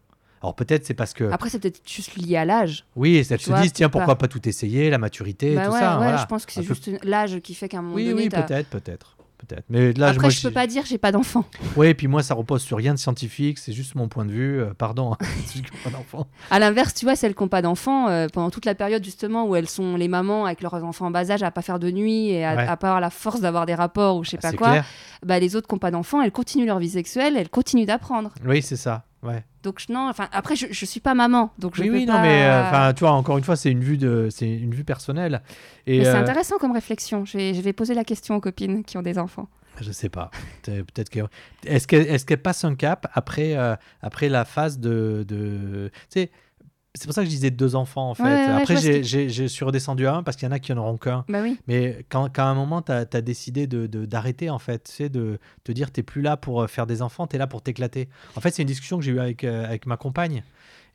Speaker 2: Alors peut-être c'est parce que.
Speaker 1: Après, c'est peut-être juste lié à l'âge.
Speaker 2: oui, elles se
Speaker 1: Ah, vois,
Speaker 2: disent tiens,
Speaker 1: peut-être
Speaker 2: pourquoi pas. tout essayer, la maturité,
Speaker 1: Bah
Speaker 2: tout
Speaker 1: ouais,
Speaker 2: ça. hein,
Speaker 1: ouais,
Speaker 2: voilà.
Speaker 1: je pense que c'est
Speaker 2: Un peu-
Speaker 1: juste l'âge qui fait qu'à un moment
Speaker 2: Oui,
Speaker 1: donné.
Speaker 2: oui,
Speaker 1: t'as-
Speaker 2: peut-être, peut-être. Peut-être. Mais là,
Speaker 1: Après,
Speaker 2: moi,
Speaker 1: je peux pas dire j'ai pas d'enfant.
Speaker 2: Oui, et puis moi, ça repose sur rien de scientifique, c'est juste mon point de vue. euh, pardon, hein, celui qui n'a pas d'enfant.
Speaker 1: À l'inverse, tu vois, celles qui n'ont pas d'enfants, euh, pendant toute la période justement où elles sont les mamans avec leurs enfants en bas âge à pas faire de nuit et à,
Speaker 2: Ouais. Ah,
Speaker 1: à pas avoir la force d'avoir des rapports ou je sais pas
Speaker 2: C'est
Speaker 1: quoi,
Speaker 2: clair.
Speaker 1: bah, les autres qui n'ont pas d'enfants, elles continuent leur vie sexuelle, elles continuent d'apprendre.
Speaker 2: Oui, c'est ça. Ouais.
Speaker 1: Donc je- non, enfin après je, je suis pas maman, donc je
Speaker 2: oui,
Speaker 1: peux
Speaker 2: oui,
Speaker 1: pas.
Speaker 2: non, mais euh, enfin, tu vois, encore une fois, c'est une vue de, c'est une vue personnelle. Et
Speaker 1: Mais c'est
Speaker 2: euh,
Speaker 1: intéressant comme réflexion. Je vais, je vais poser la question aux copines qui ont des enfants.
Speaker 2: je sais pas. Peut- Peut-être que est-ce qu'elle est-ce qu'elle passe un cap après euh, après la phase de de tu sais. C'est pour ça que je disais deux enfants en fait.
Speaker 1: Ouais, ouais, ouais,
Speaker 2: Après,
Speaker 1: je vois ce
Speaker 2: j'ai-
Speaker 1: que-
Speaker 2: j'ai- j'ai- je suis redescendu à un parce qu'il y en a qui en auront qu'un.
Speaker 1: Bah oui.
Speaker 2: Mais quand, quand à un moment, tu as, décidé de- de- d'arrêter en fait, tu sais, de te dire, t'es plus là pour euh, faire des enfants, t'es là pour t'éclater. En fait, c'est une discussion que j'ai eue avec, euh, avec ma compagne.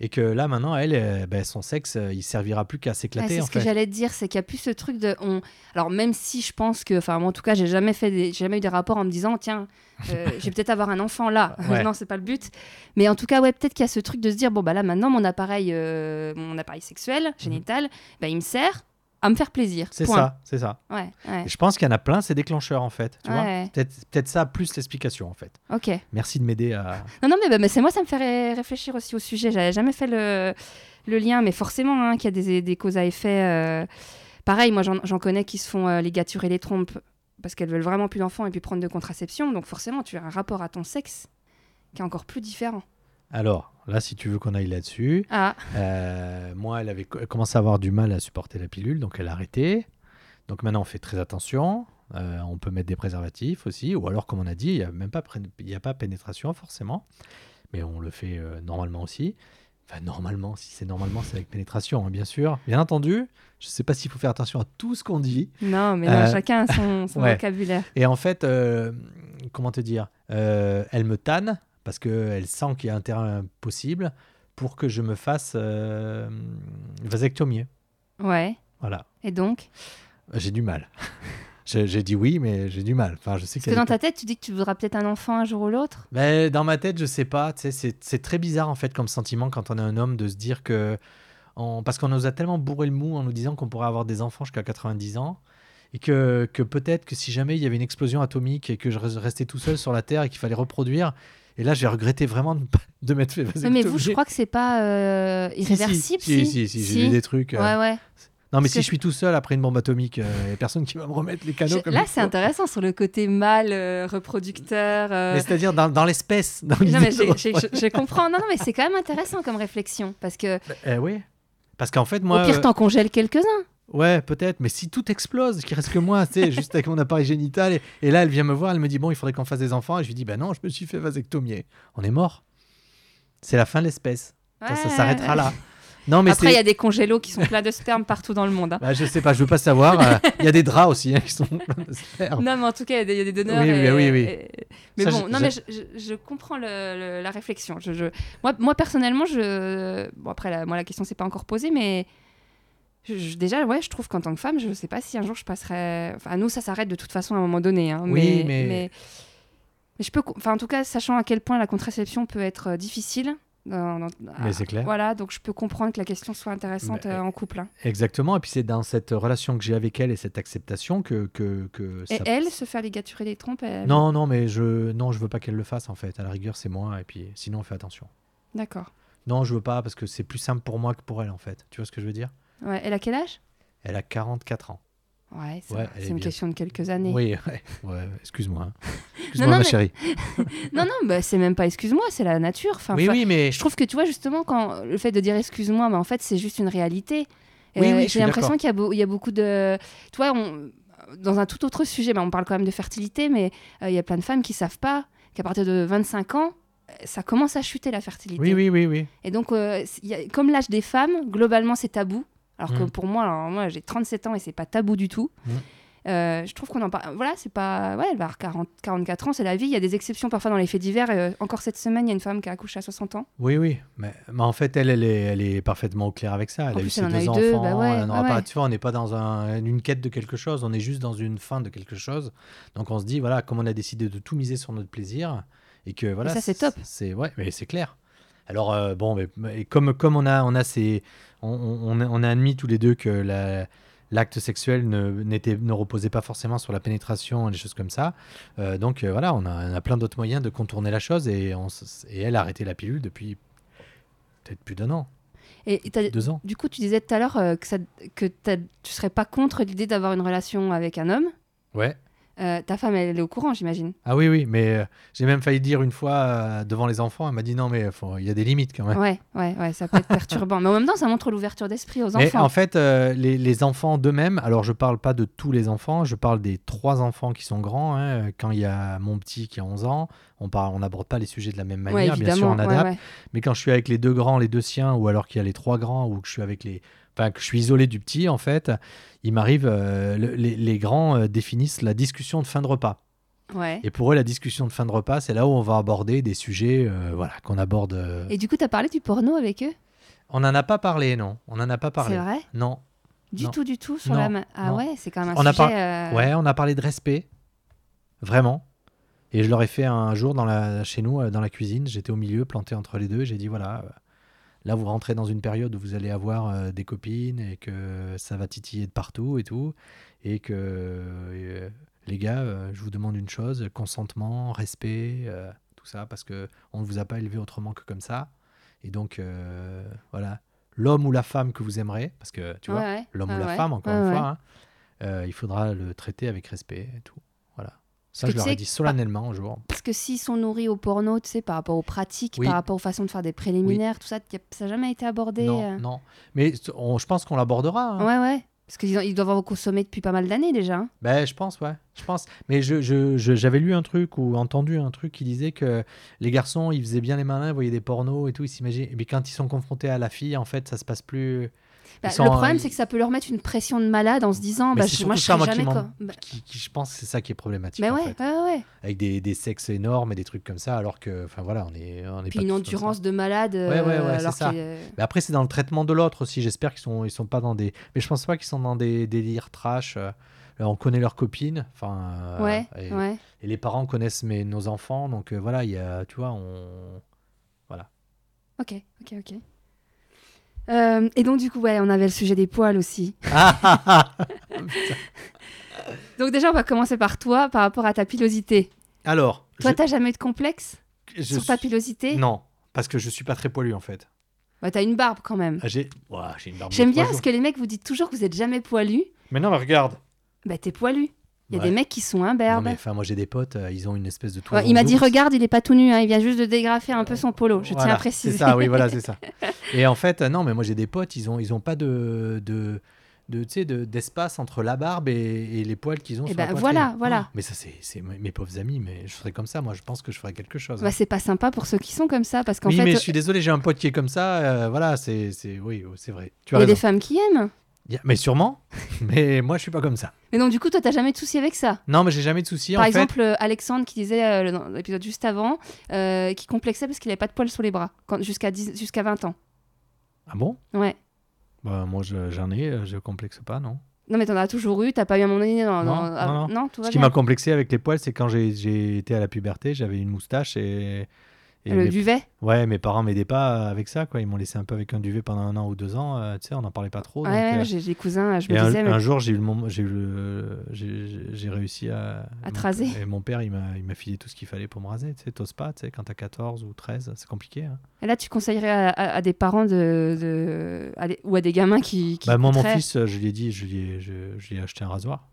Speaker 2: Et que là, maintenant, elle, euh, ben, son sexe, euh, il servira plus qu'à
Speaker 1: Ah,
Speaker 2: s'éclater
Speaker 1: c'est
Speaker 2: en
Speaker 1: ce que
Speaker 2: fait.
Speaker 1: j'allais te dire, c'est qu'il y a plus ce truc de. On... Alors, même si je pense que. Enfin, moi, en tout cas, j'ai jamais, fait des... j'ai jamais eu des rapports en me disant, tiens, euh, je vais peut-être avoir un enfant là.
Speaker 2: Ouais.
Speaker 1: non, c'est pas le but. Mais en tout cas, ouais, peut-être qu'il y a ce truc de se dire, bon, bah là, maintenant, mon appareil, euh, mon appareil sexuel, génital, bah, il me sert à me faire plaisir.
Speaker 2: Mhm. C'est
Speaker 1: Point.
Speaker 2: ça, c'est ça.
Speaker 1: Ouais, ouais.
Speaker 2: Et je pense qu'il y en a plein, c'est déclencheur en fait. Tu vois
Speaker 1: Ouais.
Speaker 2: Peut-être peut-être ça plus l'explication en fait.
Speaker 1: Ok.
Speaker 2: Merci de m'aider à.
Speaker 1: Non, non, mais, bah, mais c'est moi, ça me fait ré- réfléchir aussi au sujet. J'avais jamais fait le, le lien, mais forcément, hein, qu'il y a des, des causes à effet. euh, Pareil, moi, j'en j'en connais qui se font euh, ligaturer les trompes parce qu'elles veulent vraiment plus d'enfants et puis prendre de contraception. Donc, forcément, tu as un rapport à ton sexe qui est encore plus différent.
Speaker 2: Alors, là, si tu veux qu'on aille là-dessus,
Speaker 1: Ah,
Speaker 2: euh, moi, elle avait co- commencé à avoir du mal à supporter la pilule, donc elle a arrêté. Donc maintenant, on fait très attention. Euh, on peut mettre des préservatifs aussi, ou alors, comme on a dit, il n'y a même pas, pré- il y a pas pénétration forcément, mais on le fait euh, normalement aussi. Enfin, normalement, si c'est normalement, c'est avec pénétration, hein, bien sûr. Bien entendu, je ne sais pas s'il faut faire attention à tout ce qu'on dit,
Speaker 1: non, mais non,
Speaker 2: Euh,
Speaker 1: chacun a son, son
Speaker 2: ouais.
Speaker 1: vocabulaire.
Speaker 2: et en fait, euh, comment te dire euh, Elle me tanne parce qu'elle sent qu'il y a un terrain possible pour que je me fasse euh, vasectomie.
Speaker 1: Ouais.
Speaker 2: Voilà.
Speaker 1: Et donc
Speaker 2: J'ai du mal. J'ai j'ai dit oui, mais j'ai du mal. Enfin, je sais
Speaker 1: Parce que
Speaker 2: qu'il y a
Speaker 1: dans
Speaker 2: des-
Speaker 1: ta tête, tu dis que tu voudras peut-être un enfant un jour ou l'autre.
Speaker 2: Ben, Mais dans ma tête, je sais pas. tu sais, C'est c'est très bizarre en fait comme sentiment quand on est un homme de se dire que on- parce qu'on nous a tellement bourré le mou en nous disant qu'on pourrait avoir des enfants jusqu'à 90 ans. Et que, que peut-être que si jamais il y avait une explosion atomique et que je res- restais tout seul sur la Terre et qu'il fallait reproduire, et là j'ai regretté vraiment de, ne pas- de m'être fait
Speaker 1: Ouais, mais vous, je crois que c'est pas euh,
Speaker 2: Si, si,
Speaker 1: irréversible. si.
Speaker 2: Si, si, si,
Speaker 1: Si.
Speaker 2: j'ai lu des trucs. euh,
Speaker 1: Ouais, ouais.
Speaker 2: Non, mais
Speaker 1: Parce
Speaker 2: si
Speaker 1: que-
Speaker 2: je suis tout seul après une bombe atomique, il n'y a personne qui va me remettre les canaux
Speaker 1: Je-
Speaker 2: comme
Speaker 1: là,
Speaker 2: il
Speaker 1: c'est
Speaker 2: faut.
Speaker 1: intéressant sur le côté mâle, euh, reproducteur. euh,
Speaker 2: Mais c'est-à-dire dans, dans l'espèce. dans l'idée
Speaker 1: Non, mais
Speaker 2: de
Speaker 1: j'ai- j'ai-
Speaker 2: reproduire.
Speaker 1: je, je comprends. Non, non, mais c'est quand même intéressant comme réflexion. Parce que,
Speaker 2: Eh oui. Parce qu'en fait, moi.
Speaker 1: au pire,
Speaker 2: euh,
Speaker 1: t'en congèles quelques-uns.
Speaker 2: Ouais, peut-être, mais si tout explose, qu'il reste que moi, tu sais, juste avec mon appareil génital. Et, et là, elle vient me voir, elle me dit Bon, il faudrait qu'on fasse des enfants. Et je lui dis Ben non, je me suis fait vasectomier. On est mort. C'est la fin de l'espèce. Ça, ça
Speaker 1: Ouais.
Speaker 2: s'arrêtera là. Non, mais
Speaker 1: Après, il
Speaker 2: c'est.
Speaker 1: y a des congélos qui sont pleins de sperme partout dans le monde. hein.
Speaker 2: Bah, je sais pas, je veux pas savoir. Euh, Il y a des draps aussi hein, qui sont pleins de sperme.
Speaker 1: Non, mais en tout cas, il y a des- il y a des donneurs.
Speaker 2: Ah. Oui, oui,
Speaker 1: et-
Speaker 2: oui, oui.
Speaker 1: et- Mais
Speaker 2: Ça,
Speaker 1: bon,
Speaker 2: je-
Speaker 1: non, mais je, je- je comprends le- le- la réflexion. Je, je- Moi, moi, personnellement, je. Bon, après, la, moi, la question s'est pas encore posée, mais. je- je- déjà, ouais, je trouve qu'en tant que femme, je sais pas si un jour je passerai. Enfin, nous, ça s'arrête de toute façon à un moment donné. hein,
Speaker 2: Oui,
Speaker 1: mais.
Speaker 2: mais-
Speaker 1: mais je peux. co- Enfin, en tout cas, sachant à quel point la contraception peut être euh, difficile. dans- dans-
Speaker 2: Mais c'est clair.
Speaker 1: Voilà, donc je peux comprendre que la question soit intéressante
Speaker 2: Mais-
Speaker 1: euh, en couple. hein.
Speaker 2: Exactement, et puis c'est dans cette relation que j'ai avec elle et cette acceptation que, que, que
Speaker 1: Et
Speaker 2: ça-
Speaker 1: elle, se faire ligaturer les trompes. elle-
Speaker 2: Non, non, mais je non, je veux pas qu'elle le fasse en fait. À la rigueur, c'est moi, et puis sinon, on fait attention.
Speaker 1: D'accord.
Speaker 2: Non, je veux pas parce que c'est plus simple pour moi que pour elle en fait. Tu vois ce que je veux dire
Speaker 1: Ouais, elle a quel âge
Speaker 2: Elle a 44 ans.
Speaker 1: Ouais, ça
Speaker 2: Ouais,
Speaker 1: va,
Speaker 2: elle
Speaker 1: c'est
Speaker 2: est
Speaker 1: une
Speaker 2: bien.
Speaker 1: question de quelques années.
Speaker 2: Oui, ouais, ouais, excuse-moi. hein. Excuse-moi,
Speaker 1: non,
Speaker 2: ma
Speaker 1: mais-
Speaker 2: chérie.
Speaker 1: Non, non, bah, c'est même pas excuse-moi, c'est la nature. Enfin,
Speaker 2: oui,
Speaker 1: enfin,
Speaker 2: oui, mais
Speaker 1: Je trouve que tu vois, justement, quand le fait de dire excuse-moi, bah, en fait, c'est juste une réalité. Euh,
Speaker 2: Oui, oui, je
Speaker 1: J'ai
Speaker 2: suis
Speaker 1: l'impression
Speaker 2: d'accord.
Speaker 1: qu'il y, a beau- il y a beaucoup de. Tu vois, on- dans un tout autre sujet, bah, on parle quand même de fertilité, mais euh, il y a plein de femmes qui savent pas qu'à partir de 25 ans, euh, ça commence à chuter la fertilité.
Speaker 2: oui, oui, oui, oui.
Speaker 1: Et donc, euh, c- il y a- comme l'âge des femmes, globalement, c'est tabou. Alors que
Speaker 2: Mm.
Speaker 1: pour moi, alors, moi j'ai 37 ans et c'est pas tabou du tout.
Speaker 2: Mm.
Speaker 1: Euh, je trouve qu'on en parle. Voilà, c'est pas. Ouais, elle va avoir 40, 44 ans, c'est la vie. Il y a des exceptions parfois dans les faits divers. Euh, encore cette semaine, il y a une femme qui a accouché à 60 ans.
Speaker 2: Oui, oui. Mais, mais en fait, elle, elle est, elle est parfaitement au clair avec ça. Elle
Speaker 1: En
Speaker 2: a eu
Speaker 1: plus,
Speaker 2: ses
Speaker 1: elle en a
Speaker 2: deux
Speaker 1: eu deux,
Speaker 2: enfants.
Speaker 1: bah ouais,
Speaker 2: elle en aura
Speaker 1: ouais,
Speaker 2: pas-
Speaker 1: ouais.
Speaker 2: Tu vois, on n'est pas dans un- une quête de quelque chose. On est juste dans une fin de quelque chose. Donc, on se dit, voilà, comme on a décidé de tout miser sur notre plaisir et que voilà.
Speaker 1: ça, c'est top.
Speaker 2: C'est ouais, mais c'est clair. Alors euh, bon, mais, mais comme comme on a on a ces on, on, on a- on a admis tous les deux que la L'acte sexuel ne, n'était- ne reposait pas forcément sur la pénétration et des choses comme ça. Euh, donc euh, voilà, on a, on a plein d'autres moyens de contourner la chose et, on s- et elle a arrêté la pilule depuis peut-être plus d'un an,
Speaker 1: Et, et t'as-
Speaker 2: deux ans.
Speaker 1: du coup, tu disais tout à l'heure euh, que, ça, que t'as- tu serais pas contre l'idée d'avoir une relation avec un homme.
Speaker 2: Ouais.
Speaker 1: Euh, ta femme, elle est au courant, j'imagine.
Speaker 2: Ah oui, oui, mais euh, j'ai même failli dire une fois euh, devant les enfants, elle m'a dit non, mais faut- il y a des limites quand même.
Speaker 1: Ouais, ouais, ouais, ça peut être perturbant. Mais en même temps, ça montre l'ouverture d'esprit aux
Speaker 2: Mais
Speaker 1: enfants.
Speaker 2: en fait, euh, les, les enfants d'eux-mêmes, alors je parle pas de tous les enfants, je parle des trois enfants qui sont grands. hein. Quand il y a mon petit qui a 11 ans, on parle- on n'aborde pas les sujets de la même
Speaker 1: ouais,
Speaker 2: manière,
Speaker 1: évidemment.
Speaker 2: bien sûr, on
Speaker 1: ouais,
Speaker 2: adapte.
Speaker 1: ouais.
Speaker 2: Mais quand je suis avec les deux grands, les deux siens, ou alors qu'il y a les trois grands, ou que je suis avec les, enfin que je suis isolé du petit, en fait, il m'arrive, euh, le- les, les grands euh, définissent la discussion de fin de repas.
Speaker 1: Ouais.
Speaker 2: Et pour eux, la discussion de fin de repas, c'est là où on va aborder des sujets, euh, voilà, qu'on aborde. euh,
Speaker 1: Et du coup, tu as parlé du porno avec eux
Speaker 2: On n'en a pas parlé, non On n'en a pas
Speaker 1: C'est
Speaker 2: parlé.
Speaker 1: vrai
Speaker 2: Non.
Speaker 1: Du
Speaker 2: Non.
Speaker 1: tout, du tout sur
Speaker 2: Non,
Speaker 1: la main. Ah
Speaker 2: non.
Speaker 1: ouais, c'est quand même un
Speaker 2: On a
Speaker 1: sujet.
Speaker 2: par-
Speaker 1: euh,
Speaker 2: Ouais, on a parlé de respect, vraiment. Et je leur ai fait un jour dans la, chez nous, euh, dans la cuisine, j'étais au milieu, planté entre les deux, et j'ai dit voilà, euh, là vous rentrez dans une période où vous allez avoir euh, des copines et que ça va titiller de partout et tout, et que euh, les gars, euh, je vous demande une chose consentement, respect, euh, tout ça, parce que on ne vous a pas élevé autrement que comme ça. Et donc euh, voilà, l'homme ou la femme que vous aimerez, parce que tu vois,
Speaker 1: ouais, ouais.
Speaker 2: l'homme
Speaker 1: Ouais,
Speaker 2: ou la
Speaker 1: Ah ouais.
Speaker 2: femme, encore
Speaker 1: Ouais,
Speaker 2: une
Speaker 1: ouais.
Speaker 2: fois, hein, euh, il faudra le traiter avec respect et tout. Voilà.
Speaker 1: que
Speaker 2: Ça, je
Speaker 1: tu
Speaker 2: leur
Speaker 1: sais
Speaker 2: ai dit
Speaker 1: que-
Speaker 2: solennellement un jour.
Speaker 1: Parce que s'ils sont nourris au porno, tu sais, par rapport aux pratiques,
Speaker 2: Oui.
Speaker 1: par rapport aux façons de faire des préliminaires, tout ça, y a- ça n'a jamais été abordé. euh.
Speaker 2: Non, non. Mais c- on- je pense qu'on l'abordera. hein.
Speaker 1: Ouais, ouais. Parce qu'ils ont- ils doivent avoir consommé depuis pas mal d'années déjà. hein.
Speaker 2: Ben, je pense, ouais. Je pense. Mais je- je- je- j'avais lu un truc ou entendu un truc qui disait que les garçons, ils faisaient bien les malins, ils voyaient des pornos et tout, ils s'imaginaient. Mais quand ils sont confrontés à la fille, en fait, ça se passe plus.
Speaker 1: Bah,
Speaker 2: sont-
Speaker 1: le problème,
Speaker 2: ils-
Speaker 1: c'est que ça peut leur mettre une pression de malade en se disant
Speaker 2: Mais
Speaker 1: bah,
Speaker 2: c'est
Speaker 1: je- Moi,
Speaker 2: surtout
Speaker 1: je
Speaker 2: ça,
Speaker 1: serai
Speaker 2: moi, qui
Speaker 1: jamais.
Speaker 2: m'en-
Speaker 1: quoi. Bah,
Speaker 2: Qui, qui- je pense que c'est ça qui est problématique.
Speaker 1: Mais
Speaker 2: en
Speaker 1: Ben ouais,
Speaker 2: fait.
Speaker 1: ouais, ouais.
Speaker 2: Avec des, des sexes énormes et des trucs comme ça, alors que. Enfin, voilà, on est. On est
Speaker 1: Puis une
Speaker 2: pas tous comme ça.
Speaker 1: endurance de malade.
Speaker 2: ouais, ouais,
Speaker 1: euh,
Speaker 2: c'est
Speaker 1: alors
Speaker 2: ça.
Speaker 1: qu'il y a-
Speaker 2: Mais après, c'est dans le traitement de l'autre aussi. J'espère qu'ils sont, ils sont pas dans des. Mais je pense pas qu'ils sont dans des délires trash. euh, là, on connaît leurs copines. Enfin. euh,
Speaker 1: Ouais,
Speaker 2: et,
Speaker 1: ouais.
Speaker 2: et les parents connaissent mes, nos enfants. Donc euh, voilà, il y a, tu vois, on.
Speaker 1: Ok, ok, ok. Euh, et donc, du coup, ouais, on avait le sujet des poils aussi.
Speaker 2: Ah, ah, ah.
Speaker 1: Donc, déjà, on va commencer par toi, par rapport à ta pilosité.
Speaker 2: Alors,
Speaker 1: Toi,
Speaker 2: je-
Speaker 1: t'as jamais eu de complexe
Speaker 2: je
Speaker 1: sur ta
Speaker 2: suis-
Speaker 1: pilosité
Speaker 2: Non, parce que je suis pas très poilu en fait.
Speaker 1: Bah, T'as une barbe quand même.
Speaker 2: Ah, J'ai Ouah, j'ai une barbe. de
Speaker 1: J'aime bien
Speaker 2: trois
Speaker 1: parce
Speaker 2: jours.
Speaker 1: que les mecs vous dites toujours que vous êtes jamais poilu.
Speaker 2: Mais non, mais regarde.
Speaker 1: Bah, t'es poilu. Il y a
Speaker 2: Ouais.
Speaker 1: des mecs qui sont
Speaker 2: Non,
Speaker 1: imberbes.
Speaker 2: mais enfin, moi j'ai des potes, euh, ils ont une espèce de tour.
Speaker 1: Ouais, il m'a dit regarde, il est pas tout nu, hein, il vient juste de dégrafer un peu son polo. Je tiens à préciser.
Speaker 2: C'est ça, oui, voilà, c'est ça. Et en fait, euh, non, mais moi j'ai des potes, ils ont, ils ont pas de, de, de tu sais, de- d'espace entre la barbe et, et les poils qu'ils ont.
Speaker 1: Eh
Speaker 2: sur
Speaker 1: ben,
Speaker 2: la poitrine.
Speaker 1: voilà, voilà.
Speaker 2: Oh, mais ça, c'est c'est mes mes pauvres amis, mais je serais comme ça. Moi, je pense que je ferais quelque chose.
Speaker 1: Bah,
Speaker 2: hein.
Speaker 1: c'est pas sympa pour ceux qui sont comme ça parce qu'en
Speaker 2: oui,
Speaker 1: fait, euh,
Speaker 2: mais
Speaker 1: il
Speaker 2: je suis désolé, j'ai un pote qui est comme ça. euh, voilà, c'est, c'est, oui, oh, c'est vrai.
Speaker 1: y
Speaker 2: Tu as
Speaker 1: a
Speaker 2: raison.
Speaker 1: des femmes qui aiment.
Speaker 2: Y a- Mais sûrement. mais moi, je suis pas comme ça.
Speaker 1: Mais donc, du coup, toi, t'as jamais de souci avec ça.
Speaker 2: Non, mais j'ai jamais de soucis.
Speaker 1: Par
Speaker 2: en
Speaker 1: exemple, euh, Alexandre qui disait euh, le- dans l'épisode juste avant, euh, qui complexait parce qu'il avait pas de poils sur les bras quand- jusqu'à 10 jusqu'à 20 ans.
Speaker 2: fait. Ah bon
Speaker 1: Ouais.
Speaker 2: Bah, Moi, je- j'en ai. euh, Je complexe pas, non.
Speaker 1: Non, mais t'en as toujours eu, t'as pas eu à mon donné. dans-
Speaker 2: Non,
Speaker 1: dans-
Speaker 2: non,
Speaker 1: ah,
Speaker 2: non.
Speaker 1: tout va
Speaker 2: Ce qui
Speaker 1: bien.
Speaker 2: m'a complexé avec les poils, c'est quand j'ai- j'ai été à la puberté, j'avais une moustache et. et
Speaker 1: Ah, Le
Speaker 2: mes-
Speaker 1: duvet.
Speaker 2: Ouais, mes parents m'aidaient pas avec ça, quoi. Ils m'ont laissé un peu avec un duvet pendant un an ou deux ans. euh, tu sais, on n'en parlait pas trop.
Speaker 1: Ouais,
Speaker 2: donc,
Speaker 1: ouais,
Speaker 2: euh,
Speaker 1: j'ai des cousins, je
Speaker 2: et
Speaker 1: me
Speaker 2: un,
Speaker 1: disais, mais
Speaker 2: un jour, j'ai eu le moment, j'ai eu le- j'ai- j'ai- j'ai réussi à.
Speaker 1: À te raser.
Speaker 2: Et mon père, il m'a il m'a filé tout ce qu'il fallait pour me raser. Tu sais, t'oses pas, tu sais, quand t'as 14 ou 13, c'est compliqué. hein.
Speaker 1: Et là, tu conseillerais à, à- à des parents de, de- à des- ou à des gamins qui. qui
Speaker 2: Bah, moi, mon
Speaker 1: écouteraient
Speaker 2: fils, euh, je lui ai dit, je lui ai, je- je lui ai acheté un rasoir.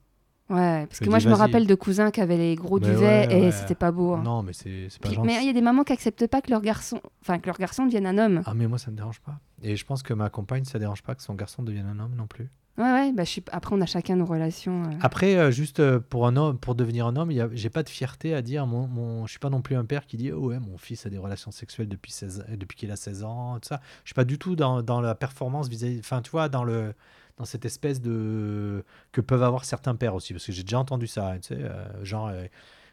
Speaker 1: Ouais, parce
Speaker 2: Je
Speaker 1: que
Speaker 2: lui
Speaker 1: moi,
Speaker 2: dis,
Speaker 1: je me
Speaker 2: vas-y.
Speaker 1: rappelle de cousins qui avaient les gros
Speaker 2: Mais
Speaker 1: duvets
Speaker 2: ouais,
Speaker 1: et
Speaker 2: ouais.
Speaker 1: c'était pas beau. hein.
Speaker 2: Non, mais c'est c'est pas
Speaker 1: Puis-
Speaker 2: gentil.
Speaker 1: mais il y a des mamans qui acceptent pas que leur garçon, enfin que leur garçon devienne un homme.
Speaker 2: Ah, mais moi, ça me dérange pas. Et je pense que ma compagne, ça dérange pas que son garçon devienne un homme non plus.
Speaker 1: Ouais, ouais. Bah, je suis... Après, on a chacun nos relations. euh.
Speaker 2: Après, euh, juste euh, pour un homme, pour devenir un homme, il y a- j'ai pas de fierté à dire. Mon, mon- je suis pas non plus un père qui dit oh ouais, mon fils a des relations sexuelles depuis 16 euh, depuis qu'il a 16 ans, tout ça. Je suis pas du tout dans, dans la performance vis-à-vis. Enfin, tu vois, dans le dans cette espèce de que peuvent avoir certains pères aussi, parce que j'ai déjà entendu ça. Tu sais, euh, genre euh,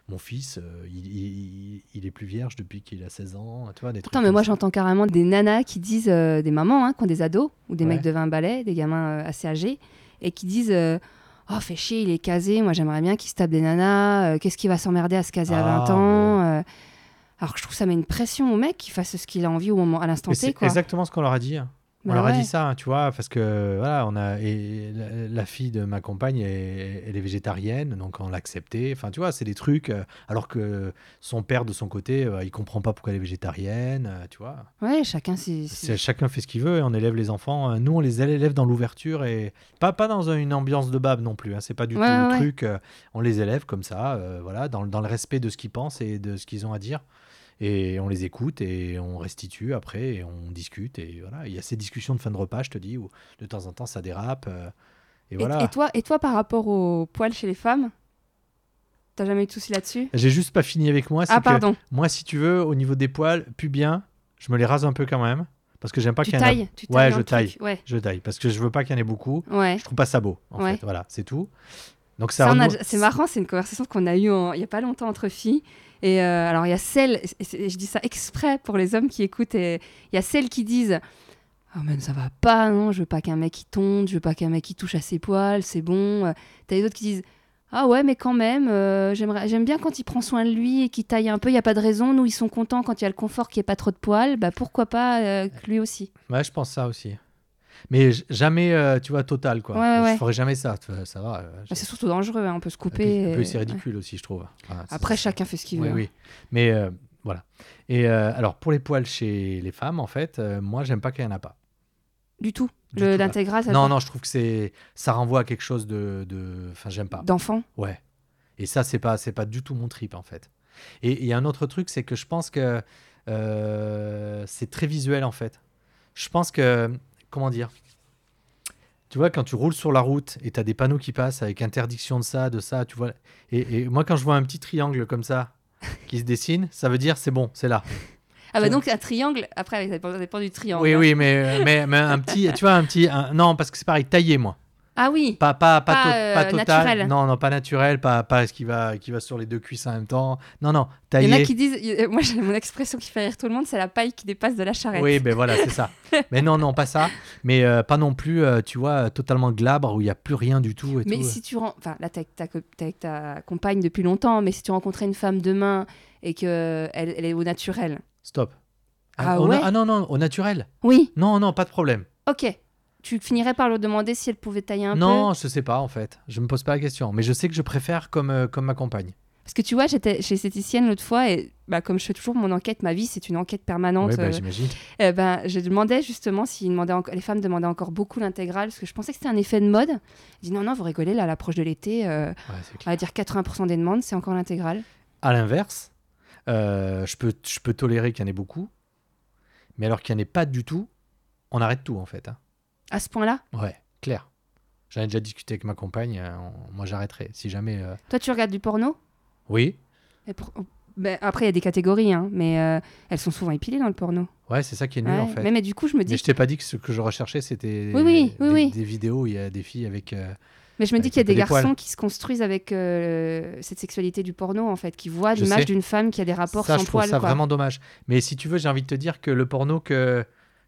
Speaker 2: mon fils, euh, il, il- il est plus vierge depuis qu'il a 16 ans, tu vois des trucs.
Speaker 1: Pourtant, mais
Speaker 2: comme
Speaker 1: moi,
Speaker 2: ça.
Speaker 1: j'entends carrément des nanas qui disent, euh, des mamans hein, qui ont des ados ou des
Speaker 2: Ouais.
Speaker 1: mecs de 20 balais, des gamins euh, assez âgés, et qui disent. euh, Oh, fait chier, il est casé. Moi, j'aimerais bien qu'il se tape des nanas. euh, Qu'est-ce qu'il va s'emmerder à se caser à
Speaker 2: Ah,
Speaker 1: 20 ans euh. Alors que je trouve que ça met une pression au mec qui fasse ce qu'il a envie au moment, à l'instant
Speaker 2: Mais
Speaker 1: T.
Speaker 2: c'est
Speaker 1: Quoi.
Speaker 2: exactement ce qu'on leur a dit. hein. On
Speaker 1: Bah
Speaker 2: leur a
Speaker 1: ouais.
Speaker 2: dit ça, hein, tu vois, parce que voilà, on a et la, la fille de ma compagne, est- elle est végétarienne, donc on l'a acceptée. Enfin, tu vois, c'est des trucs. euh, alors que son père de son côté, euh, il comprend pas pourquoi elle est végétarienne, euh, tu vois.
Speaker 1: Ouais, chacun ses-
Speaker 2: C'est-
Speaker 1: ses,
Speaker 2: Chacun fait ce qu'il veut. et On élève les enfants. euh, Nous, on les élève dans l'ouverture et pas pas dans un- une ambiance de bab non plus. hein, c'est pas du
Speaker 1: Ouais,
Speaker 2: tout le
Speaker 1: ouais, ouais.
Speaker 2: truc. euh, on les élève comme ça, euh, voilà, dans, le- dans le respect de ce qu'ils pensent et de ce qu'ils ont à dire. Et on les écoute et on restitue après et on discute et voilà. Il y a ces discussions de fin de repas, je te dis, où de temps en temps ça dérape. euh, et,
Speaker 1: Et,
Speaker 2: voilà.
Speaker 1: et toi, et toi, par rapport aux poils chez les femmes, t'as jamais eu de soucis là-dessus
Speaker 2: J'ai juste pas fini avec moi. Ah, c'est
Speaker 1: Ah,
Speaker 2: que
Speaker 1: pardon,
Speaker 2: Moi, si tu veux, au niveau des poils, pubiens, je me les rase un peu quand même parce que j'aime pas
Speaker 1: tu
Speaker 2: qu'il y en ait-
Speaker 1: tailles, tu tailles.
Speaker 2: Ouais,
Speaker 1: dans
Speaker 2: je
Speaker 1: le
Speaker 2: taille.
Speaker 1: truc, Ouais,
Speaker 2: Je taille parce que je veux pas qu'il y en ait beaucoup.
Speaker 1: ouais.
Speaker 2: Je trouve pas ça beau, en
Speaker 1: Ouais.
Speaker 2: fait. Voilà, c'est tout. Donc ça,
Speaker 1: Ça, on a-
Speaker 2: renou-
Speaker 1: C'est marrant, c'est une conversation qu'on a eue en- il y a pas longtemps entre filles. Et euh, alors, il y a celles, et c'est- et je dis ça exprès pour les hommes qui écoutent, et il y a celles qui disent Ah, mais ça va pas, non, je veux pas qu'un mec il tombe, je veux pas qu'un mec il touche à ses poils, c'est bon. Euh, T'as les autres qui disent Ah, ouais, mais quand même, euh, j'aimerais- j'aime bien quand il prend soin de lui et qu'il taille un peu, il y a pas de raison, nous ils sont contents quand il y a le confort qu'il n'y ait pas trop de poils, bah pourquoi pas euh, que lui aussi
Speaker 2: Ouais, je pense ça aussi. Mais j- jamais, euh, tu vois, total, quoi.
Speaker 1: Ouais, ouais.
Speaker 2: Je ferais jamais ça. tu vois, Ça va. euh, je-
Speaker 1: Bah, C'est surtout dangereux, hein, on peut se
Speaker 2: Et Ah, puis-
Speaker 1: couper.
Speaker 2: et puis c'est
Speaker 1: et-
Speaker 2: ridicule aussi, je trouve. Voilà, c'est-
Speaker 1: Après,
Speaker 2: c'est-
Speaker 1: chacun fait ce qu'il
Speaker 2: Oui,
Speaker 1: veut. hein.
Speaker 2: oui. Mais euh, voilà. Et euh, alors, pour les poils chez les femmes, en fait, euh, moi, j'aime pas qu'il y en a pas.
Speaker 1: Du tout.
Speaker 2: Du
Speaker 1: Le-
Speaker 2: tout, là.
Speaker 1: L'intégral, ça te
Speaker 2: Non,
Speaker 1: va
Speaker 2: non, je trouve que c'est, ça renvoie à quelque chose de, de... enfin, j'aime pas.
Speaker 1: D'enfant.
Speaker 2: Ouais. Et ça, c'est pas, c'est pas du tout mon trip en fait. Et il y a un autre truc, c'est que je pense que euh, c'est très visuel en fait. Je pense que, comment dire, tu vois, quand tu roules sur la route et t'as des panneaux qui passent avec interdiction de ça, de ça, tu vois. Et, et moi, quand je vois un petit triangle comme ça qui se dessine, ça veut dire c'est bon, c'est là.
Speaker 1: Ah bah
Speaker 2: Tu
Speaker 1: donc un triangle, après ça dépend, ça dépend du triangle.
Speaker 2: Oui,
Speaker 1: hein.
Speaker 2: oui, mais, euh, mais, mais un petit, tu vois, un petit, un- non, parce que c'est pareil, taillé moi.
Speaker 1: Ah oui,
Speaker 2: Pas, pas, pas,
Speaker 1: Pas,
Speaker 2: to-
Speaker 1: euh,
Speaker 2: pas total.
Speaker 1: naturel.
Speaker 2: Non, non, pas naturel, pas, pas ce qui va, qui va sur les deux cuisses en même temps. Non, non,
Speaker 1: il
Speaker 2: taillé.
Speaker 1: y en a qui disent, y- euh, moi j'ai mon expression qui fait rire tout le monde, c'est la paille qui dépasse de la charrette.
Speaker 2: Oui, ben voilà, c'est ça. mais non, non, pas ça. Mais euh, pas non plus, euh, tu vois, euh, totalement glabre où il n'y a plus rien du tout. Et
Speaker 1: mais
Speaker 2: tout.
Speaker 1: si tu ren- enfin là t'es avec, ta co- t'es avec ta compagne depuis longtemps, mais si tu rencontrais une femme demain et que elle, elle est au naturel.
Speaker 2: Stop.
Speaker 1: Ah
Speaker 2: au
Speaker 1: ouais
Speaker 2: ah non, non, au naturel.
Speaker 1: Oui,
Speaker 2: Non, non, pas de problème.
Speaker 1: Ok. Tu finirais par leur demander si elle pouvait tailler un peu
Speaker 2: non, je sais pas en fait. Je me pose pas la question. Mais je sais que je préfère comme, euh, comme ma compagne.
Speaker 1: Parce que tu vois, j'étais chez esthéticienne l'autre fois et bah, comme je fais toujours mon enquête, ma vie c'est une enquête permanente.
Speaker 2: Ouais, bah,
Speaker 1: euh,
Speaker 2: j'imagine.
Speaker 1: eh ben, je demandais justement si ils demandaient enco- les femmes demandaient encore beaucoup l'intégrale parce que je pensais que c'était un effet de mode. Je dis non, non, vous rigolez là, à l'approche de l'été, euh,
Speaker 2: Ouais, c'est clair.
Speaker 1: on va dire 80% des demandes, c'est encore l'intégrale.
Speaker 2: À l'inverse, euh, je, peux, je peux tolérer qu'il y en ait beaucoup, mais alors qu'il n'y en ait pas du tout, on arrête tout en fait. hein.
Speaker 1: À ce point-là,
Speaker 2: Ouais, clair. J'en ai déjà discuté avec ma compagne, euh, on- moi j'arrêterai. Si jamais. euh,
Speaker 1: toi tu regardes du porno
Speaker 2: Oui,
Speaker 1: Et pour- Ben, Après, il y a des catégories, hein, mais euh, elles sont souvent épilées dans le porno.
Speaker 2: ouais, c'est ça qui est nul
Speaker 1: Ouais.
Speaker 2: en fait.
Speaker 1: mais, mais du coup, je me
Speaker 2: Mais
Speaker 1: dis,
Speaker 2: je t'ai pas dit que ce que je recherchais, c'était
Speaker 1: Oui, oui,
Speaker 2: des,
Speaker 1: oui, oui.
Speaker 2: des vidéos où il y a des filles avec. euh,
Speaker 1: mais je me dis
Speaker 2: avec
Speaker 1: qu'il y a
Speaker 2: un peu
Speaker 1: des
Speaker 2: des poils.
Speaker 1: garçons qui se construisent avec euh, cette sexualité du porno, en fait, qui voient
Speaker 2: Je sais.
Speaker 1: l'image d'une femme qui a des rapports
Speaker 2: ça,
Speaker 1: sans
Speaker 2: je trouve
Speaker 1: poils.
Speaker 2: ça
Speaker 1: quoi.
Speaker 2: vraiment dommage. Mais si tu veux, j'ai envie de te dire que le porno que,